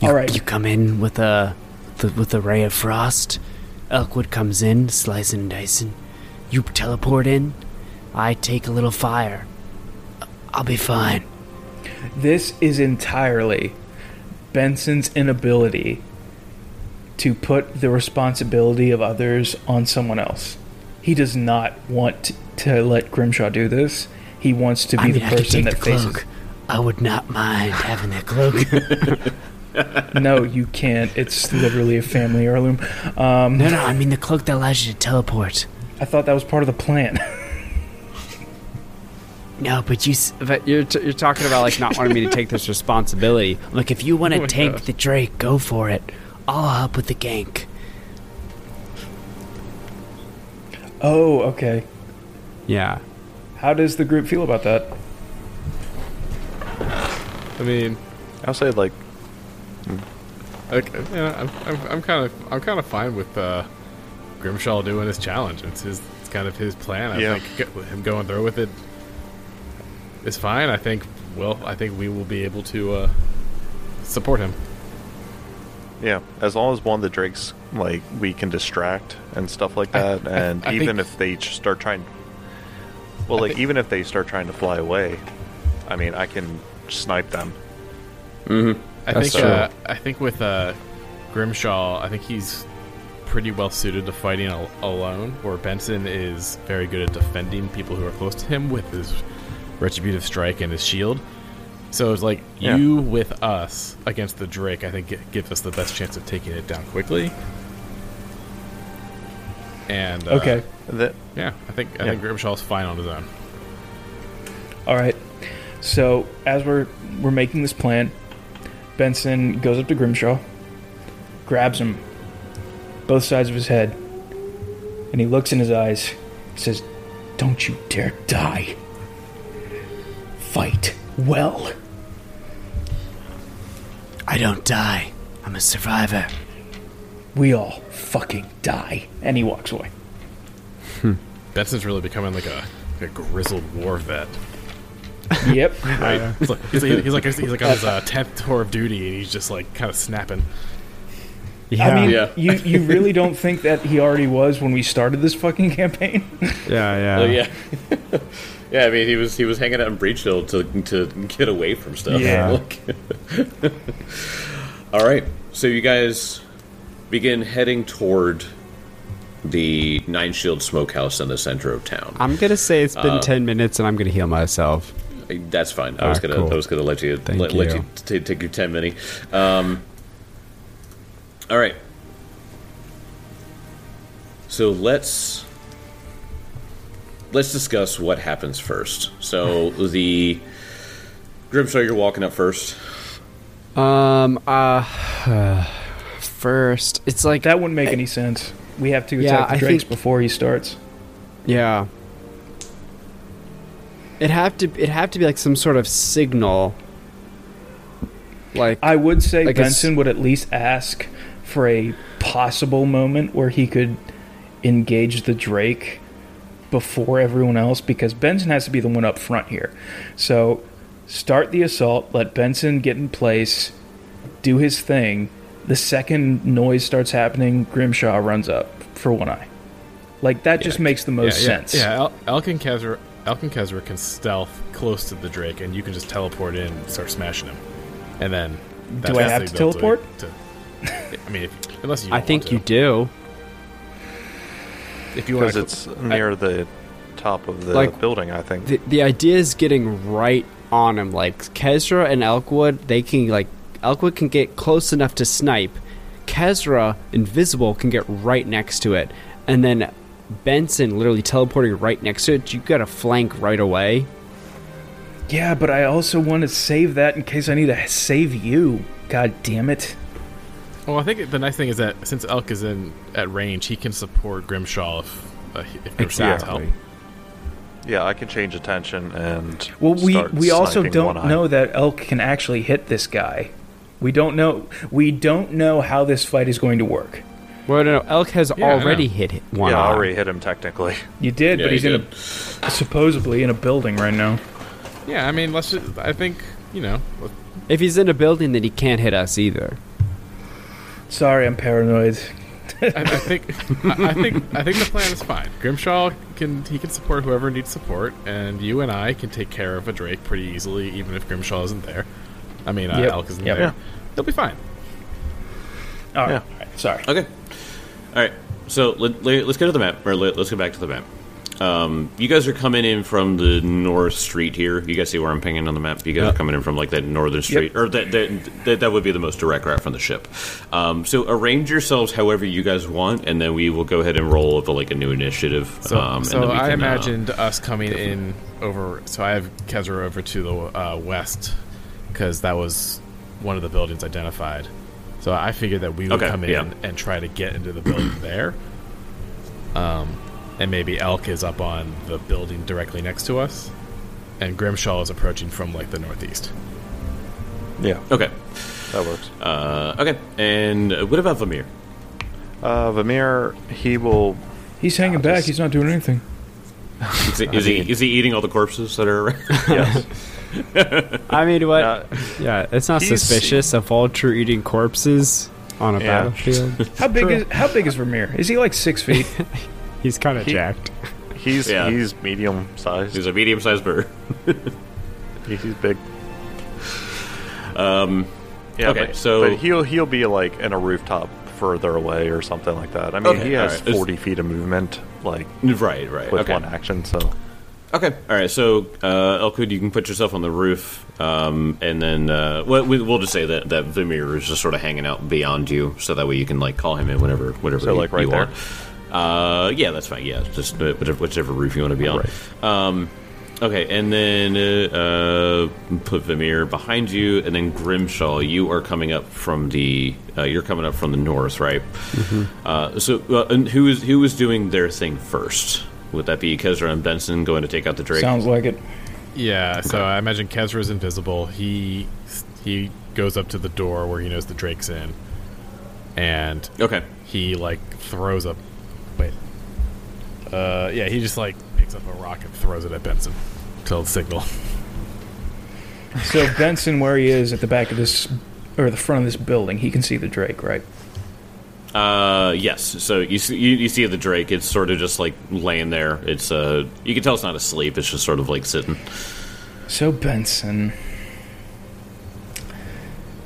[SPEAKER 6] You,
[SPEAKER 4] All right.
[SPEAKER 6] You come in with a the, with a ray of frost. Elkwood comes in, slicing and dicing. You teleport in. I take a little fire. I'll be fine.
[SPEAKER 4] This is entirely Benson's inability to put the responsibility of others on someone else. He does not want to let Grimshaw do this. He wants to be
[SPEAKER 6] I mean,
[SPEAKER 4] the
[SPEAKER 6] I could
[SPEAKER 4] person
[SPEAKER 6] take the
[SPEAKER 4] that faces
[SPEAKER 6] cloak. I would not mind having that cloak.
[SPEAKER 4] No, you can't. It's literally a family heirloom. Um,
[SPEAKER 6] no, no, I mean the cloak that allows you to teleport.
[SPEAKER 4] I thought that was part of the plan.
[SPEAKER 6] No, but you s-
[SPEAKER 2] but you're t- you're talking about like not wanting me to take this responsibility.
[SPEAKER 6] look. If you want
[SPEAKER 5] Oh
[SPEAKER 6] to
[SPEAKER 5] my
[SPEAKER 6] tank
[SPEAKER 5] gosh.
[SPEAKER 6] the Drake, go for it. I'll help with the gank.
[SPEAKER 4] oh, okay.
[SPEAKER 2] Yeah,
[SPEAKER 4] How does the group feel about that?
[SPEAKER 5] I mean,
[SPEAKER 3] I'll say like
[SPEAKER 5] like, yeah, I'm, I'm, I'm kind of, I'm kind of fine with uh, Grimshaw doing his challenge. It's his, it's kind of his plan. I
[SPEAKER 3] Yeah.
[SPEAKER 5] think g- him going through with it is fine. I think, well, I think we will be able to uh, support him.
[SPEAKER 3] Yeah, as long as one of the drakes like we can distract and stuff like
[SPEAKER 5] I-
[SPEAKER 3] that,
[SPEAKER 5] I-
[SPEAKER 3] and
[SPEAKER 5] I
[SPEAKER 3] even
[SPEAKER 5] think-
[SPEAKER 3] if they ch- start trying, well, like
[SPEAKER 5] think-
[SPEAKER 3] even if they start trying to fly away, I mean, I can snipe them.
[SPEAKER 5] I
[SPEAKER 2] That's
[SPEAKER 5] think
[SPEAKER 2] true.
[SPEAKER 5] uh, I think with uh, Grimshaw, I think he's pretty well suited to fighting al- alone. Where Benson is very good at defending people who are close to him with his retributive strike and his shield. So it's like
[SPEAKER 3] Yeah.
[SPEAKER 5] you with us against the Drake. I think it gives us the best chance of taking it down quickly. and uh,
[SPEAKER 4] Okay.
[SPEAKER 3] That
[SPEAKER 5] yeah, I think I think Grimshaw's fine on his own.
[SPEAKER 4] All right. So as we're we're making this plan, Benson goes up to Grimshaw, grabs him, both sides of his head, and he looks in his eyes, says, "Don't you dare die. Fight well."
[SPEAKER 6] I don't die. I'm a survivor.
[SPEAKER 4] We all fucking die. And he walks away.
[SPEAKER 5] Benson's really becoming like a, like a grizzled war vet.
[SPEAKER 4] Yep.
[SPEAKER 5] Right? He's, like, he's, like, he's like he's like on his uh, tenth tour of duty, and he's just like kind of snapping.
[SPEAKER 2] Yeah,
[SPEAKER 4] I mean,
[SPEAKER 2] yeah,
[SPEAKER 1] Yeah.
[SPEAKER 4] you you really don't think that he already was when we started this fucking campaign?
[SPEAKER 2] yeah.
[SPEAKER 1] Oh yeah, yeah. I mean, he was he was hanging out in Breach Hill to to get away from stuff.
[SPEAKER 4] Yeah.
[SPEAKER 1] Like- All right, so you guys begin heading toward the Nine Shield Smokehouse in the center of town.
[SPEAKER 2] I'm gonna say it's been ten minutes, and I'm gonna heal myself.
[SPEAKER 1] That's fine. I was
[SPEAKER 2] Ah,
[SPEAKER 1] gonna
[SPEAKER 2] cool.
[SPEAKER 1] I was gonna let you
[SPEAKER 2] Thank
[SPEAKER 1] let, let
[SPEAKER 2] you.
[SPEAKER 1] you t- take your ten mini. Um, all right. So let's let's discuss what happens first. So the Grimstar, you're walking up first.
[SPEAKER 2] Um. Uh. First, it's like
[SPEAKER 4] That wouldn't make any sense. We have to
[SPEAKER 2] Yeah,
[SPEAKER 4] attack
[SPEAKER 2] I
[SPEAKER 4] the Drakes
[SPEAKER 2] think-
[SPEAKER 4] before he starts.
[SPEAKER 2] Yeah. It have to. It have to be like some sort of signal. Like
[SPEAKER 4] I would say
[SPEAKER 2] Like a s-
[SPEAKER 4] Benson would at least ask for a possible moment where he could engage the Drake before everyone else because Benson has to be the one up front here. So start the assault, let Benson get in place, do his thing. The second noise starts happening, Grimshaw runs up for one eye. Like that just makes the most
[SPEAKER 5] yeah,
[SPEAKER 4] Oh, sense.
[SPEAKER 5] Yeah, El- Elkin Kezra, Elkin Kezra can stealth close to the Drake, and you can just teleport in and start smashing him. And then, that's
[SPEAKER 4] Do I
[SPEAKER 5] the
[SPEAKER 4] have to
[SPEAKER 5] signal
[SPEAKER 4] teleport?
[SPEAKER 5] To, I mean, if, unless you.
[SPEAKER 2] I
[SPEAKER 5] don't
[SPEAKER 2] think
[SPEAKER 5] want
[SPEAKER 2] you
[SPEAKER 5] to.
[SPEAKER 2] do.
[SPEAKER 5] If you want
[SPEAKER 3] because
[SPEAKER 5] to,
[SPEAKER 3] it's near the top of the
[SPEAKER 2] Like-
[SPEAKER 3] building, I think.
[SPEAKER 2] The the idea is getting right on him. Like Kezra and Elkwood, they can like Elkwood can get close enough to snipe. Kezra, invisible, can get right next to it, and then Benson literally teleporting right next to it. You got to flank right away.
[SPEAKER 4] Yeah, but I also want to save that in case I need to save you. God damn it.
[SPEAKER 5] well, I think the nice thing is that since Elk is in at range, he can support Grimshaw if, uh, he- if Grimshaw needs help.
[SPEAKER 3] Yeah, I can change attention and.
[SPEAKER 4] Well, we
[SPEAKER 3] start
[SPEAKER 4] we also
[SPEAKER 3] sniping one
[SPEAKER 4] don't
[SPEAKER 3] eye.
[SPEAKER 4] know that elk can actually hit this guy. We don't know. We don't know how this fight is going to work.
[SPEAKER 2] Well, no, no, Elk has
[SPEAKER 5] Yeah, I
[SPEAKER 2] already
[SPEAKER 5] know.
[SPEAKER 2] hit it one.
[SPEAKER 3] Yeah, I
[SPEAKER 2] eye.
[SPEAKER 3] already hit him technically.
[SPEAKER 4] You did,
[SPEAKER 1] Yeah,
[SPEAKER 4] but he's
[SPEAKER 1] you
[SPEAKER 4] in a supposedly in a building right now.
[SPEAKER 5] Yeah, I mean, let's. Just, I think you know. let-
[SPEAKER 2] If he's in a building, then he can't hit us either.
[SPEAKER 4] Sorry, I'm paranoid.
[SPEAKER 5] I, I think. I, I think. I think the plan is fine. Grimshaw can he can support whoever needs support, and you and I can take care of a Drake pretty easily, even if Grimshaw isn't there. I mean, uh,
[SPEAKER 4] Yep.
[SPEAKER 5] Elk isn't
[SPEAKER 4] Yep.
[SPEAKER 5] there.
[SPEAKER 4] Yeah.
[SPEAKER 5] He'll be fine.
[SPEAKER 4] All right, all right, sorry.
[SPEAKER 1] Okay. All right. So let, let, us go to the map, or let, us go back to the map. Um, you guys are coming in from the north street here. You guys see where I'm pinging on the map. You guys are coming in from like that northern street, or that that, that that would be the most direct route from the ship. Um, so arrange yourselves however you guys want, and then we will go ahead and roll with like a new initiative.
[SPEAKER 5] So,
[SPEAKER 1] um, and
[SPEAKER 5] so
[SPEAKER 1] then we
[SPEAKER 5] I
[SPEAKER 1] can, uh,
[SPEAKER 5] imagined us coming in over. So I have Kezra over to the uh, west because that was one of the buildings identified. So I figured that we would
[SPEAKER 1] Okay,
[SPEAKER 5] come in
[SPEAKER 1] yeah.
[SPEAKER 5] and try to get into the building there. Um, and maybe Elk is up on the building directly next to us, and Grimshaw is approaching from like the northeast.
[SPEAKER 3] Yeah,
[SPEAKER 1] okay,
[SPEAKER 3] that works.
[SPEAKER 1] uh, okay. And uh, what about Vamir?
[SPEAKER 3] Uh, Vamir, he will.
[SPEAKER 4] He's hanging back. He's not doing anything.
[SPEAKER 1] Is he, is, he, is he eating all the corpses that are around?
[SPEAKER 3] Yes.
[SPEAKER 2] I mean, what?
[SPEAKER 3] Uh,
[SPEAKER 2] yeah, it's not
[SPEAKER 3] he's-
[SPEAKER 2] suspicious. A vulture eating corpses on a
[SPEAKER 3] Yeah.
[SPEAKER 2] battlefield.
[SPEAKER 4] How big is how big is Vermeer? Is he like six feet?
[SPEAKER 2] He's kind of
[SPEAKER 3] He-
[SPEAKER 2] jacked.
[SPEAKER 3] he's
[SPEAKER 1] Yeah.
[SPEAKER 3] he's medium sized.
[SPEAKER 1] He's a medium-sized bird.
[SPEAKER 3] He's big. Um. Yeah.
[SPEAKER 1] Um, okay,
[SPEAKER 3] but,
[SPEAKER 1] so-
[SPEAKER 3] but he'll he'll be like in a rooftop further away or something like that. I mean,
[SPEAKER 1] Okay,
[SPEAKER 3] he has
[SPEAKER 1] alright.
[SPEAKER 3] forty feet of movement, like
[SPEAKER 1] Right, right.
[SPEAKER 3] with
[SPEAKER 1] okay.
[SPEAKER 3] one action. So
[SPEAKER 1] Okay. All right. So, uh, Elkwood, you can put yourself on the roof, um, and then uh, well, we, we'll just say that that Vimir is just sort of hanging out beyond you, so that way you can like call him in whenever, whatever.
[SPEAKER 3] So,
[SPEAKER 1] you,
[SPEAKER 3] like, right
[SPEAKER 1] you
[SPEAKER 3] there?
[SPEAKER 1] want. Uh, yeah, that's fine. Yeah, just uh, whichever, whichever roof you want to be on. Um, okay, and then uh, uh, put Vimir behind you, and then Grimshaw. You are coming up from the. Uh, you're coming up from the north, right? Uh, so, uh, and who is who is doing their thing first? Would that be Kezra and Benson going to take out the Drake?
[SPEAKER 4] Sounds like it.
[SPEAKER 7] Yeah, so I imagine Kezra's invisible. He he goes up to the door where he knows the Drake's in, and
[SPEAKER 1] okay.
[SPEAKER 7] he like throws a wait. Uh, yeah, he just like picks up a rock and throws it at Benson. Till signal.
[SPEAKER 4] So Benson, where he is at the back of this or the front of this building, he can see the Drake, right?
[SPEAKER 1] Uh, yes. So you see, you, you see the Drake. It's sort of just like laying there. It's uh, you can tell it's not asleep. It's just sort of like sitting.
[SPEAKER 4] So Benson,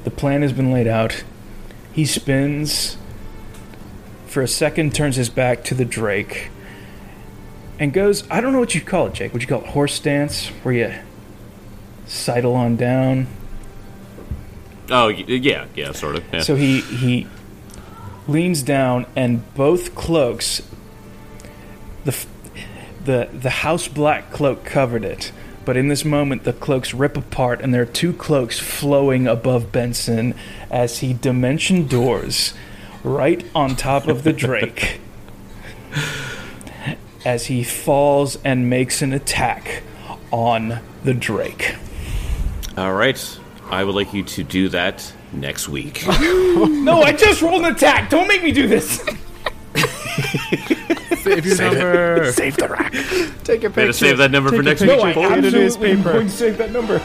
[SPEAKER 4] the plan has been laid out. He spins for a second, turns his back to the Drake, and goes. I don't know what you call it, Jake. Would you call it horse stance, where you sidle on down?
[SPEAKER 1] Oh, y- yeah, yeah, sort of. Yeah.
[SPEAKER 4] So he he leans down, and both cloaks, the f- the the house black cloak covered it. But in this moment, the cloaks rip apart, and there are two cloaks flowing above Benson as he dimension doors right on top of the Drake. as he falls and makes an attack on the Drake.
[SPEAKER 1] All right. I would like you to do that next week.
[SPEAKER 4] No, I just rolled an attack! Don't make me do this!
[SPEAKER 7] Save your number.
[SPEAKER 5] Save the rack.
[SPEAKER 7] Take a
[SPEAKER 1] Better save that number for next
[SPEAKER 4] No,
[SPEAKER 1] week.
[SPEAKER 4] I
[SPEAKER 7] Fold it in his
[SPEAKER 4] absolutely am
[SPEAKER 7] paper.
[SPEAKER 4] going to save that number.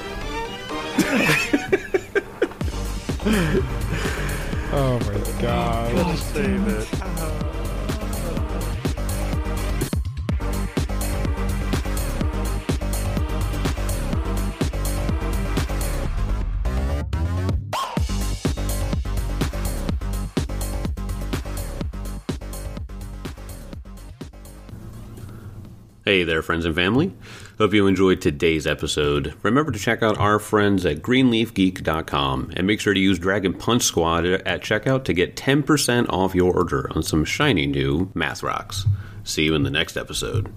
[SPEAKER 7] Oh my god.
[SPEAKER 1] Hey there, friends and family. Hope you enjoyed today's episode. Remember to check out our friends at greenleafgeek.com and make sure to use Dragon Punch Squad at checkout to get 10% off your order on some shiny new math rocks. See you in the next episode.